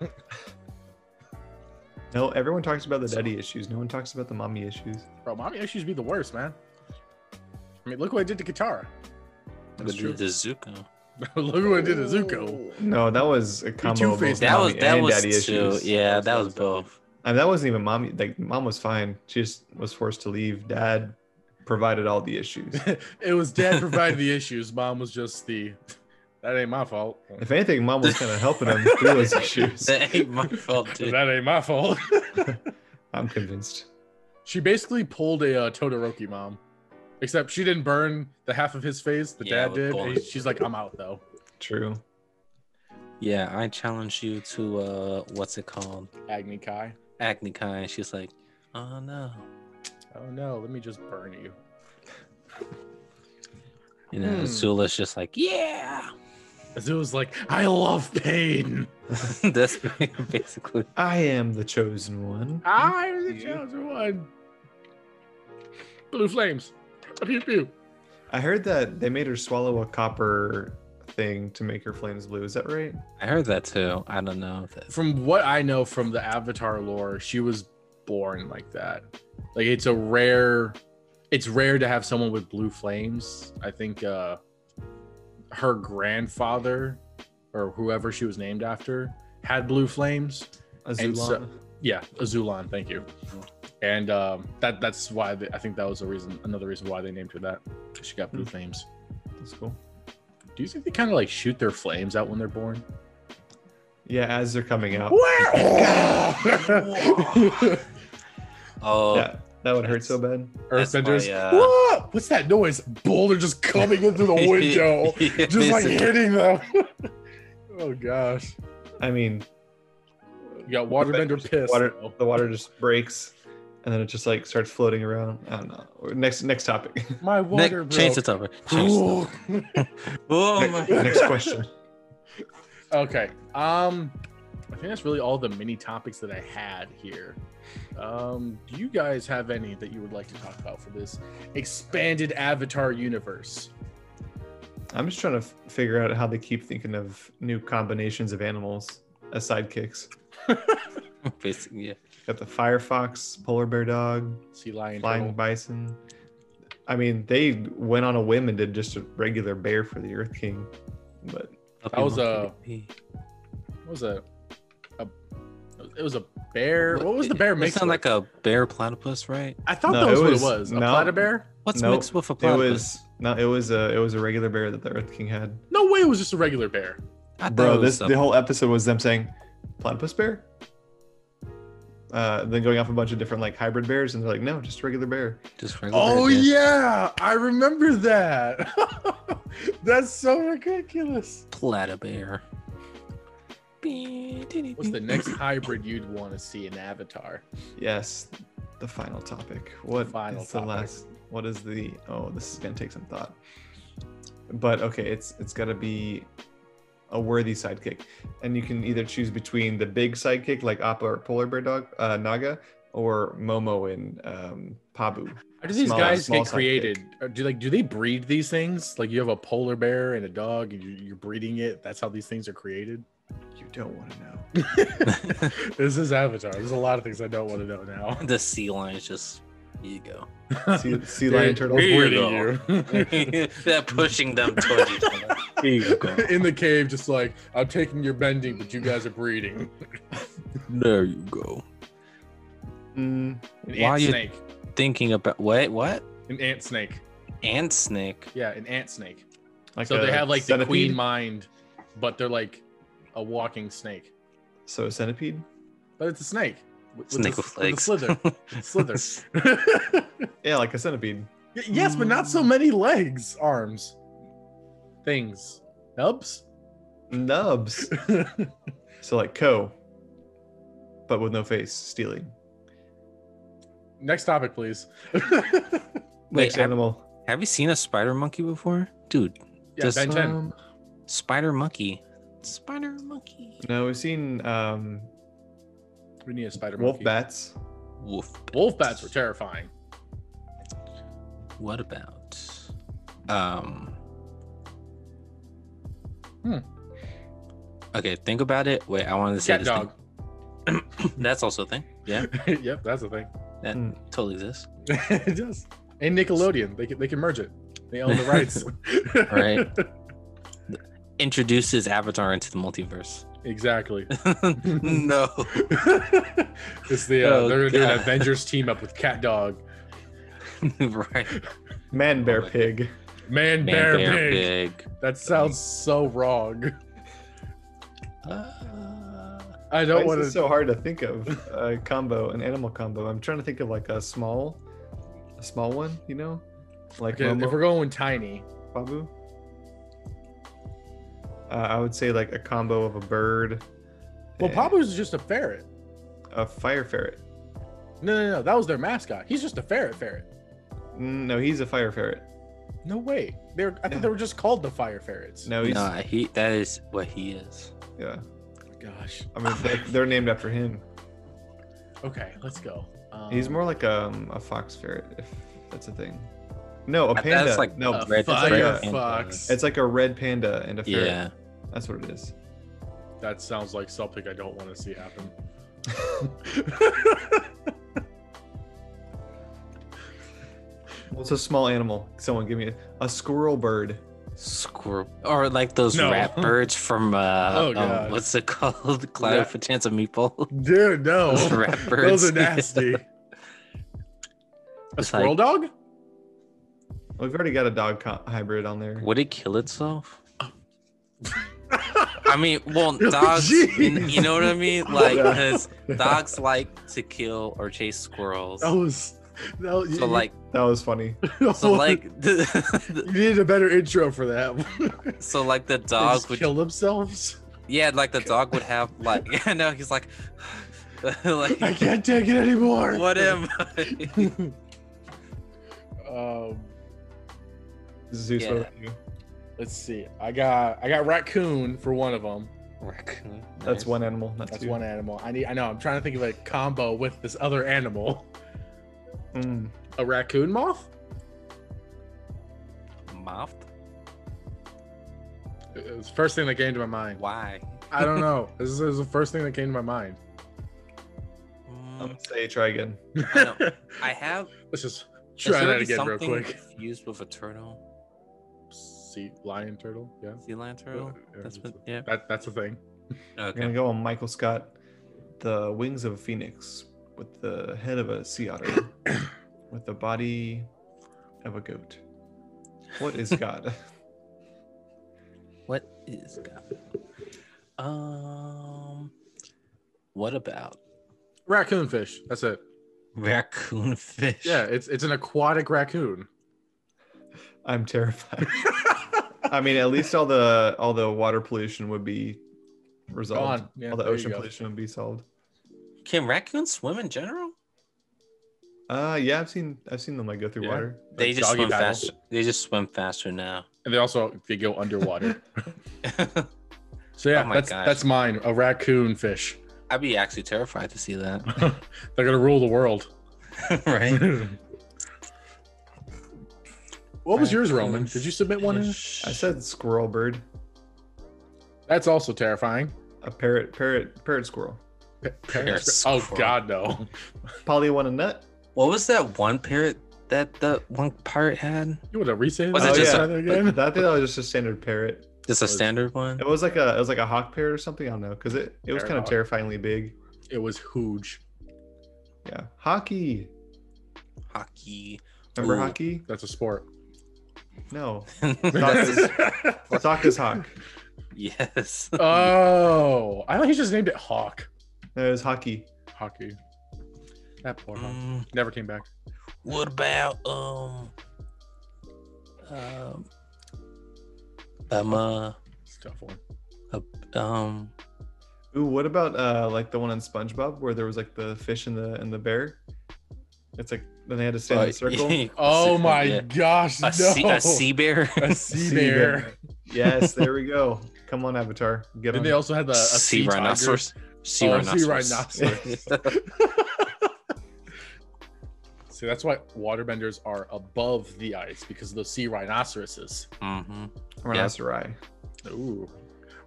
Speaker 2: No, everyone talks about the daddy issues. No one talks about the mommy issues.
Speaker 1: Bro, mommy issues be the worst, man. I mean, look what I did to Katara. (laughs)
Speaker 3: The,
Speaker 1: That's true.
Speaker 3: the Zuko.
Speaker 1: look what I did to Zuko. (laughs)
Speaker 2: No, that was a combo. Of both
Speaker 1: two-faced.
Speaker 3: That
Speaker 2: mommy
Speaker 3: was that
Speaker 2: and
Speaker 3: was
Speaker 2: daddy
Speaker 3: too.
Speaker 2: issues.
Speaker 3: Yeah, that was both.
Speaker 2: I mean, that wasn't even mommy. Like, mom was fine. She just was forced to leave. Dad provided all the
Speaker 1: (laughs)
Speaker 2: issues.
Speaker 1: it was dad provided
Speaker 3: (laughs)
Speaker 1: the issues. Mom was just the that ain't my fault.
Speaker 2: If anything, mom was kind of helping him through
Speaker 3: (laughs)
Speaker 2: those issues.
Speaker 3: That ain't my fault, dude.
Speaker 1: that ain't my fault.
Speaker 2: I'm convinced.
Speaker 1: she basically pulled a uh, Todoroki mom, except she didn't burn the half of his face. The
Speaker 3: Yeah,
Speaker 1: dad
Speaker 3: with
Speaker 1: did.
Speaker 3: bullet.
Speaker 1: And she's like, I'm out though.
Speaker 2: True.
Speaker 3: Yeah, I challenge you to uh what's it called?
Speaker 1: Agni Kai.
Speaker 3: Acne Kai. And she's like, oh no.
Speaker 1: Oh no, let me just burn you.
Speaker 3: You know,
Speaker 2: Hmm.
Speaker 3: Zula's just like, yeah. (laughs)
Speaker 1: Azula's like, I love pain.
Speaker 3: That's (laughs) basically
Speaker 2: I am the chosen one.
Speaker 3: Ah.
Speaker 1: I'm Ah, the
Speaker 2: You.
Speaker 1: chosen one. Blue flames. Pew pew.
Speaker 2: I heard that they made her swallow a copper thing to make her flames blue. Is that right?
Speaker 3: I heard that too. I don't know. if that's-
Speaker 1: from what I know from the Avatar lore, she was born like that. Like it's a rare, it's rare to have someone with blue flames. I think uh, her grandfather, or whoever she was named after, had blue flames.
Speaker 2: A
Speaker 1: And so-
Speaker 2: Zulon?
Speaker 1: Yeah, Azulan. Thank you. And um, that that's why they, I think that was a reason, another reason why they named her that. 'cause She got blue
Speaker 2: Hmm.
Speaker 1: flames.
Speaker 2: That's cool.
Speaker 1: Do you think they kind of like shoot their flames out when they're born?
Speaker 2: Yeah, as they're coming
Speaker 1: (laughs)
Speaker 2: out.
Speaker 1: Where?
Speaker 3: Oh,
Speaker 2: Yeah, that would hurt so bad.
Speaker 3: That's
Speaker 1: Earthbenders.
Speaker 3: my, uh,
Speaker 1: "Whoa, What's that noise? Boulder just coming in
Speaker 3: (laughs)
Speaker 1: through the window, just like hitting them. (laughs) oh gosh.
Speaker 2: I mean,
Speaker 1: You got waterbender pissed.
Speaker 2: water, the water just breaks, and then it just like starts floating around. I don't know. Next, next topic.
Speaker 1: My
Speaker 3: Nick,
Speaker 1: water
Speaker 3: change the
Speaker 1: broke.
Speaker 3: topic. Change the topic. Oh
Speaker 2: (laughs)
Speaker 1: (laughs)
Speaker 2: next,
Speaker 3: my.
Speaker 2: next question.
Speaker 1: okay. Um, I think that's really all the mini topics that I had here. Um, do you guys have any that you would like to talk about for this expanded Avatar universe?
Speaker 2: I'm just trying to f- figure out how they keep thinking of new combinations of animals as sidekicks.
Speaker 3: (laughs) Basically, yeah.
Speaker 2: Got the firefox, polar bear dog,
Speaker 1: Sea lion.
Speaker 2: flying
Speaker 1: turtle.
Speaker 2: bison. I mean, they went on a whim and did just a regular bear for the Earth King, but
Speaker 1: That was, uh, What was a, a? It was a bear. What was the bear
Speaker 3: It
Speaker 1: mixed
Speaker 3: sound
Speaker 1: with?
Speaker 3: like a bear platypus, right?
Speaker 1: I thought
Speaker 2: No,
Speaker 1: that was,
Speaker 2: it
Speaker 1: what it
Speaker 2: was-
Speaker 1: was. A
Speaker 2: no.
Speaker 1: platybear?
Speaker 3: What's
Speaker 2: Nope.
Speaker 3: mixed with a
Speaker 2: it
Speaker 3: platypus?
Speaker 2: was no, it was a it was a regular bear that the Earth King had.
Speaker 1: No way it was just a regular bear.
Speaker 3: I thought
Speaker 2: Bro,
Speaker 3: it was
Speaker 2: this
Speaker 3: a-
Speaker 2: the whole episode was them saying platypus bear. Uh, then going off a bunch of different like hybrid bears, and they're like, no, just regular bear.
Speaker 3: just regular
Speaker 1: Oh
Speaker 3: bear,
Speaker 1: yeah, I (laughs) remember that. That's so ridiculous.
Speaker 3: platybear.
Speaker 1: What's the next hybrid you'd want to see in Avatar?
Speaker 2: Yes, the final topic. What
Speaker 1: Final
Speaker 2: is
Speaker 1: topic.
Speaker 2: the last? What is the? Oh, this is gonna take some thought. But okay, it's it's gotta be a worthy sidekick, and you can either choose between the big sidekick like Appa or Polar Bear Dog uh, Naga, or Momo in um, Pabu.
Speaker 1: How do these
Speaker 2: Small-
Speaker 1: guys
Speaker 2: small
Speaker 1: get created? Or do like do they breed these things? Like you have a polar bear and a dog, and you- you're breeding it. That's how these things are
Speaker 2: (laughs)
Speaker 1: created.
Speaker 2: You don't want to know.
Speaker 1: (laughs) this is Avatar. There's a lot of things I don't want to know now.
Speaker 3: (laughs) the sea lion is just here you go.
Speaker 1: (laughs)
Speaker 2: Sea, sea
Speaker 1: They're-
Speaker 2: lion turtle.
Speaker 1: they're
Speaker 3: Here you
Speaker 1: breeding
Speaker 2: (laughs)
Speaker 1: you.
Speaker 3: (laughs) They're pushing them towards each other. Here you go.
Speaker 1: (laughs) In the cave, just like I'm taking your bending, but you guys are breeding.
Speaker 3: There you go.
Speaker 2: Mm,
Speaker 1: An
Speaker 3: Why
Speaker 1: ant
Speaker 3: you-
Speaker 1: snake.
Speaker 3: Thinking about what? What?
Speaker 1: An ant snake.
Speaker 3: Ant snake.
Speaker 1: Yeah, an ant snake.
Speaker 2: like
Speaker 1: so
Speaker 2: a
Speaker 1: they have like the
Speaker 2: centipede?
Speaker 1: queen mind, but they're like a walking snake.
Speaker 2: So a centipede.
Speaker 1: But it's a snake. With,
Speaker 3: Snake
Speaker 1: a,
Speaker 3: with legs.
Speaker 1: slither. slither.
Speaker 3: (laughs)
Speaker 2: Yeah, like a centipede.
Speaker 1: Y- yes, but not so many legs, arms, things, nubs. (laughs)
Speaker 2: Nubs. so like Co, but with no face, stealing.
Speaker 1: Next topic, please. (laughs)
Speaker 3: Wait,
Speaker 2: Next
Speaker 3: have-
Speaker 2: animal.
Speaker 3: (laughs) Have you seen a spider monkey before? Dude,
Speaker 1: Yeah,
Speaker 3: Just,
Speaker 1: Ben 10.
Speaker 2: Um,
Speaker 3: spider monkey. Spider monkey.
Speaker 2: no, we've seen um,
Speaker 1: we need a spider
Speaker 2: wolf
Speaker 1: monkey.
Speaker 2: bats.
Speaker 3: Wolf.
Speaker 1: Wolf bats were terrifying.
Speaker 3: What about um
Speaker 1: Hmm.
Speaker 3: Okay, think about it. Wait, I wanted to say
Speaker 1: Cat
Speaker 3: this
Speaker 1: dog.
Speaker 3: thing. (laughs) That's also a thing. Yeah,
Speaker 1: (laughs) yep, that's the thing.
Speaker 3: totally exists.
Speaker 1: (laughs) it does. And Nickelodeon, they can, they can merge it. They own the rights.
Speaker 3: Right. Introduces Avatar into the multiverse.
Speaker 1: (laughs) exactly.
Speaker 3: (laughs) no.
Speaker 1: it's the uh,
Speaker 3: Oh,
Speaker 1: they're gonna do an
Speaker 3: God.
Speaker 1: Avengers team up with Cat Dog,
Speaker 3: (laughs) right.
Speaker 2: Man, bear,
Speaker 3: my-
Speaker 2: pig.
Speaker 1: Man,
Speaker 3: Man,
Speaker 1: Bear,
Speaker 3: bear,
Speaker 1: pig.
Speaker 3: pig.
Speaker 1: That sounds so wrong.
Speaker 3: Uh,
Speaker 1: I (laughs)
Speaker 2: Why
Speaker 1: don't
Speaker 2: is
Speaker 1: want
Speaker 2: it
Speaker 1: to.
Speaker 2: so hard to think of a combo, an animal combo? I'm trying to think of like a small, a small one. You know, like
Speaker 1: Okay,
Speaker 2: Momo,
Speaker 1: if we're going tiny,
Speaker 2: Babu. Uh, I would say like a combo of a bird.
Speaker 1: well,
Speaker 2: and
Speaker 1: Pabu's just a ferret.
Speaker 2: a fire ferret.
Speaker 1: No, no, no. That was their mascot. He's just a ferret ferret.
Speaker 2: Mm, No, he's a fire ferret.
Speaker 1: No way. They're I
Speaker 2: Yeah.
Speaker 1: thought they were just called the fire ferrets.
Speaker 2: No, he's
Speaker 3: nah, he that is what he is.
Speaker 2: yeah.
Speaker 1: Gosh.
Speaker 2: I mean, they're, they're named after him.
Speaker 1: Okay, let's go. Um,
Speaker 2: He's more like um, a fox ferret, if that's a thing. No, a
Speaker 3: That's
Speaker 2: panda.
Speaker 3: like
Speaker 2: no,
Speaker 1: a
Speaker 3: red- that's like
Speaker 1: fire
Speaker 2: a-
Speaker 1: fox.
Speaker 2: it's like a red panda and a ferret.
Speaker 3: Yeah.
Speaker 2: That's what it is.
Speaker 1: That sounds like something I don't want to see happen.
Speaker 2: Well, it's a small animal. Someone give me a, a squirrel bird.
Speaker 3: Squirrel or like those
Speaker 1: No. (laughs)
Speaker 3: rat birds from uh
Speaker 1: Oh,
Speaker 3: um,
Speaker 1: God.
Speaker 3: what's it called? (laughs) Cloud
Speaker 1: Rat-
Speaker 3: for Chance of Meatball.
Speaker 1: (laughs) Dude, no.
Speaker 3: (laughs) Those rat
Speaker 1: (laughs)
Speaker 3: birds.
Speaker 1: Those are nasty. a
Speaker 3: It's
Speaker 1: squirrel
Speaker 3: like-
Speaker 1: dog?
Speaker 2: We've already got a dog co- hybrid on there.
Speaker 3: (laughs) Would it kill
Speaker 1: (laughs)
Speaker 3: itself? I mean, well,
Speaker 1: Oh,
Speaker 3: dogs. you,
Speaker 1: jeez.
Speaker 3: you know what I mean? Like,
Speaker 2: Yeah.
Speaker 3: because dogs like to kill or chase squirrels.
Speaker 1: that was. That was (laughs)
Speaker 3: so, like,
Speaker 2: That was funny.
Speaker 3: so like, (laughs) the,
Speaker 1: You needed a better intro for that. (laughs)
Speaker 3: the- so like the
Speaker 1: They
Speaker 3: dog
Speaker 1: just
Speaker 3: would,
Speaker 1: kill
Speaker 3: (laughs)
Speaker 1: themselves.
Speaker 3: yeah, like the dog would
Speaker 1: (laughs)
Speaker 3: have like, (laughs) I know he's like,
Speaker 1: I
Speaker 3: like,
Speaker 1: can't take it anymore.
Speaker 3: what am I?
Speaker 1: (laughs) um,
Speaker 2: Zeus, what
Speaker 3: Yeah.
Speaker 2: about you?
Speaker 1: let's see. I got I got raccoon for one of them.
Speaker 3: Raccoon.
Speaker 2: That's
Speaker 3: Nice.
Speaker 2: one animal. Not
Speaker 1: (laughs) That's
Speaker 2: two.
Speaker 1: one animal. I need. I know. I'm trying to think of a combo with this other animal. (laughs)
Speaker 2: Mm.
Speaker 1: A um, raccoon moth.
Speaker 3: Mouth?
Speaker 1: It was the first thing that came to my mind.
Speaker 3: Why?
Speaker 1: I don't
Speaker 3: (laughs)
Speaker 1: know. This is, this is the first thing that came to my mind.
Speaker 2: I'm
Speaker 3: Mm,
Speaker 2: gonna say try again.
Speaker 1: (laughs)
Speaker 3: I know. I have.
Speaker 1: Let's just
Speaker 3: there's
Speaker 1: try that
Speaker 3: already
Speaker 1: again real
Speaker 3: something
Speaker 1: quick.
Speaker 3: Confused with a turtle,
Speaker 1: Sea lion turtle. Yeah.
Speaker 3: sea lion turtle. That's what, yeah.
Speaker 1: that, that's the thing.
Speaker 2: I'm gonna
Speaker 3: Okay.
Speaker 2: go on Michael Scott, the wings of a phoenix, with the head of a sea
Speaker 3: (coughs)
Speaker 2: otter, with the body of a goat. What is
Speaker 3: (laughs)
Speaker 2: God?
Speaker 3: What is God? Um, what about
Speaker 1: Raccoon fish. That's it.
Speaker 3: raccoon fish?
Speaker 1: Yeah. It's it's an aquatic
Speaker 3: (laughs)
Speaker 1: raccoon.
Speaker 2: I'm terrified. I mean, at least all the all the water pollution would be resolved.
Speaker 1: Gone. Yeah,
Speaker 2: all the
Speaker 1: there you
Speaker 2: ocean
Speaker 1: go.
Speaker 2: pollution would be solved.
Speaker 3: Can raccoons swim in general?
Speaker 2: Uh, yeah, I've seen I've seen them like go through
Speaker 1: Yeah.
Speaker 2: water.
Speaker 3: They
Speaker 1: Like
Speaker 3: just
Speaker 1: doggy
Speaker 3: swim
Speaker 1: paddle.
Speaker 3: faster. They just swim faster now. (laughs)
Speaker 1: And they also they go underwater.
Speaker 3: I'd
Speaker 1: So yeah,
Speaker 3: Oh my
Speaker 1: that's
Speaker 3: gosh.
Speaker 1: that's mine. A raccoon
Speaker 3: (laughs)
Speaker 1: fish.
Speaker 3: be actually terrified to
Speaker 1: (laughs)
Speaker 3: see that,
Speaker 1: They're gonna rule the world.
Speaker 3: right?
Speaker 1: what was yours, Roman? Did you submit one? In?
Speaker 2: I said squirrel bird,
Speaker 1: That's also terrifying.
Speaker 2: a parrot, parrot, parrot squirrel.
Speaker 1: Pa-
Speaker 3: Parrot's
Speaker 1: Oh
Speaker 3: cruel.
Speaker 1: God,
Speaker 3: (laughs)
Speaker 1: no!
Speaker 2: Polly want a
Speaker 1: (laughs)
Speaker 2: nut?
Speaker 3: What was that one parrot that the one parrot had?
Speaker 1: You want to re-say
Speaker 3: Was
Speaker 2: it
Speaker 1: that
Speaker 2: just a-
Speaker 1: rather
Speaker 2: I
Speaker 1: again?
Speaker 2: think that was just a standard parrot.
Speaker 3: Just a
Speaker 1: Was-
Speaker 3: standard one.
Speaker 2: It was like a it was like a hawk parrot or something. I don't know because it it was
Speaker 1: Parrot
Speaker 2: kind of
Speaker 1: hawk.
Speaker 2: terrifyingly big.
Speaker 1: It was huge.
Speaker 2: Yeah, hockey. (laughs)
Speaker 3: Hockey. (laughs)
Speaker 2: Remember
Speaker 3: Ooh.
Speaker 2: hockey?
Speaker 1: That's a sport.
Speaker 2: No,
Speaker 3: (laughs) That's-
Speaker 2: sock is hawk. (laughs)
Speaker 3: yes.
Speaker 1: (laughs)
Speaker 2: Uh,
Speaker 1: oh, I thought he just named it Hawk.
Speaker 2: No, it was hockey.
Speaker 1: Hockey. That poor Hawk.
Speaker 3: Mm,
Speaker 1: Never came back.
Speaker 3: what about um um um uh,
Speaker 1: It's a tough one.
Speaker 3: um
Speaker 2: Ooh, what about uh like the one on SpongeBob where there was like the fish and the and the bear? It's like then they had to stand in
Speaker 3: uh, (laughs)
Speaker 2: a circle.
Speaker 1: (laughs) Oh my
Speaker 3: yeah.
Speaker 1: gosh! (laughs)
Speaker 3: a,
Speaker 1: no.
Speaker 3: sea, a
Speaker 2: (laughs)
Speaker 3: sea bear. (laughs)
Speaker 1: A sea
Speaker 2: Sea
Speaker 1: bear.
Speaker 2: bear. yes, there we go. Come on, Avatar. Get
Speaker 1: Then
Speaker 2: on.
Speaker 1: they also had the a sea,
Speaker 3: sea
Speaker 1: tiger.
Speaker 3: rhinoceros. Sea
Speaker 1: Oh, sea
Speaker 3: rhinoceros.
Speaker 1: (laughs) See, that's why waterbenders are above the ice because of those sea rhinoceroses.
Speaker 3: hmm
Speaker 2: Rhinoceri.
Speaker 1: Ooh,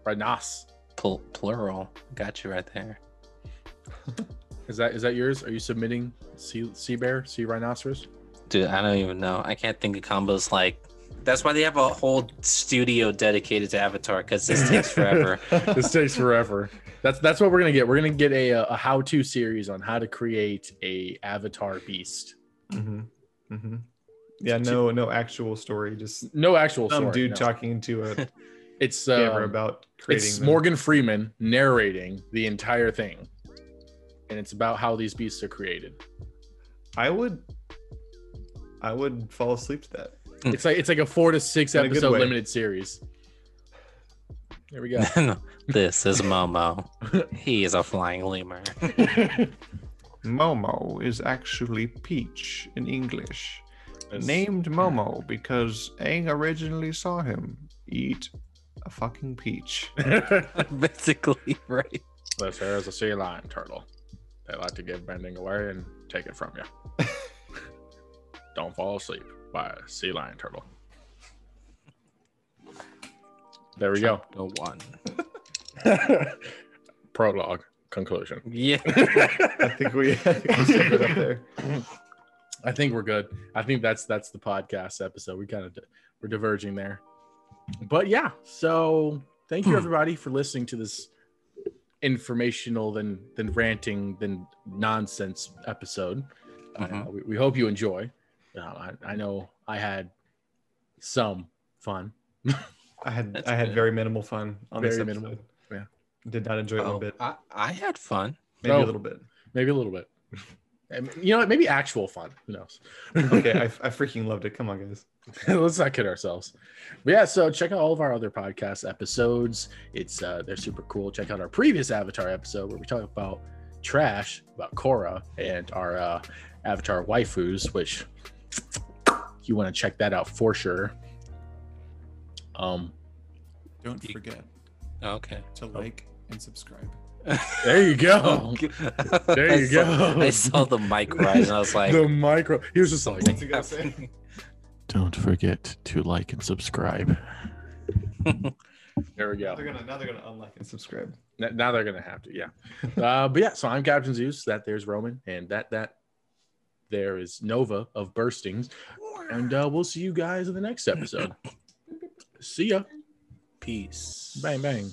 Speaker 1: rhinos.
Speaker 3: Pl- plural. Got you right there.
Speaker 1: Is that is that yours? Are you submitting sea sea bear, sea
Speaker 2: (laughs)
Speaker 1: rhinoceros?
Speaker 3: Dude, I don't even know. I can't think of combos like. That's why they have a whole studio dedicated to Avatar because this takes forever.
Speaker 2: (laughs)
Speaker 1: This takes forever. That's that's what we're gonna get. We're gonna get a a how to series on how to create a avatar beast.
Speaker 2: hmm hmm Yeah, no, no actual story. Just
Speaker 1: No actual
Speaker 2: some
Speaker 1: story,
Speaker 2: dude
Speaker 1: no.
Speaker 2: talking to (laughs) a
Speaker 1: It's
Speaker 2: camera
Speaker 1: um,
Speaker 2: about creating.
Speaker 1: it's
Speaker 2: them.
Speaker 1: Morgan Freeman narrating the entire thing, and it's about how these beasts are created.
Speaker 2: I would, I would fall asleep to that.
Speaker 1: It's like it's like a four to six
Speaker 2: Hmm. In a good
Speaker 1: episode
Speaker 2: way.
Speaker 1: limited series. There
Speaker 2: (laughs)
Speaker 3: (laughs)
Speaker 1: we go.
Speaker 3: this is Momo. He is a flying lemur. (laughs)
Speaker 2: Momo is actually peach in English.
Speaker 1: That's- (laughs)
Speaker 2: Named Momo because Aang originally saw him eat a fucking peach.
Speaker 3: Basically, right.
Speaker 1: This here is a sea lion turtle. They like to give bending away and take it from you. Don't fall asleep by a sea lion turtle. There we go.
Speaker 3: The one.
Speaker 1: Prologue
Speaker 3: (laughs)
Speaker 1: conclusion.
Speaker 3: Yeah.
Speaker 2: I think (laughs) we, I think we set it up there.
Speaker 1: I think we're good. I think that's that's the podcast episode. We kind of di- we're diverging there, but yeah. So thank you
Speaker 3: Hmm.
Speaker 1: everybody for listening to this informational then then ranting then nonsense episode. Uh,
Speaker 3: Mhm.
Speaker 1: we, we hope you enjoy. Uh, I, I know I had some fun.
Speaker 2: I had
Speaker 3: That's
Speaker 2: I had
Speaker 3: good.
Speaker 2: very minimal fun on this
Speaker 1: Very
Speaker 2: episode.
Speaker 1: minimal, yeah.
Speaker 2: Did not enjoy it
Speaker 3: Oh,
Speaker 2: one bit.
Speaker 3: I, I had fun.
Speaker 2: Maybe
Speaker 1: Oh.
Speaker 2: a little bit.
Speaker 1: Maybe a little bit. (laughs) I mean, You know, what? maybe actual fun. Who knows?
Speaker 2: Okay, I, I freaking loved it. Come on, guys.
Speaker 1: (laughs) let's not kid ourselves but yeah so check out all of our other podcast episodes it's uh they're super cool check out our previous avatar episode where we talk about trash about korra and our uh avatar waifus which you want to check that out for sure um
Speaker 4: Don't
Speaker 3: You-
Speaker 4: forget
Speaker 3: Okay.
Speaker 4: to like and subscribe.
Speaker 1: there you
Speaker 3: (laughs)
Speaker 1: go Oh, There
Speaker 3: Oh. I
Speaker 1: you
Speaker 3: saw-
Speaker 1: go.
Speaker 3: I saw the mic rise and
Speaker 1: (laughs)
Speaker 3: I was like,
Speaker 1: the micro he was just like
Speaker 2: What's he gonna
Speaker 3: (laughs)
Speaker 2: say?
Speaker 4: Don't forget to like and
Speaker 3: (laughs)
Speaker 4: subscribe.
Speaker 1: there we go
Speaker 2: They're gonna now they're gonna unlike and subscribe.
Speaker 1: N- now they're gonna have to yeah uh but yeah so i'm captain zeus that there's roman and that that there is nova of burstings and uh, we'll see you guys in the next episode. see ya.
Speaker 3: peace.
Speaker 1: Bang, bang.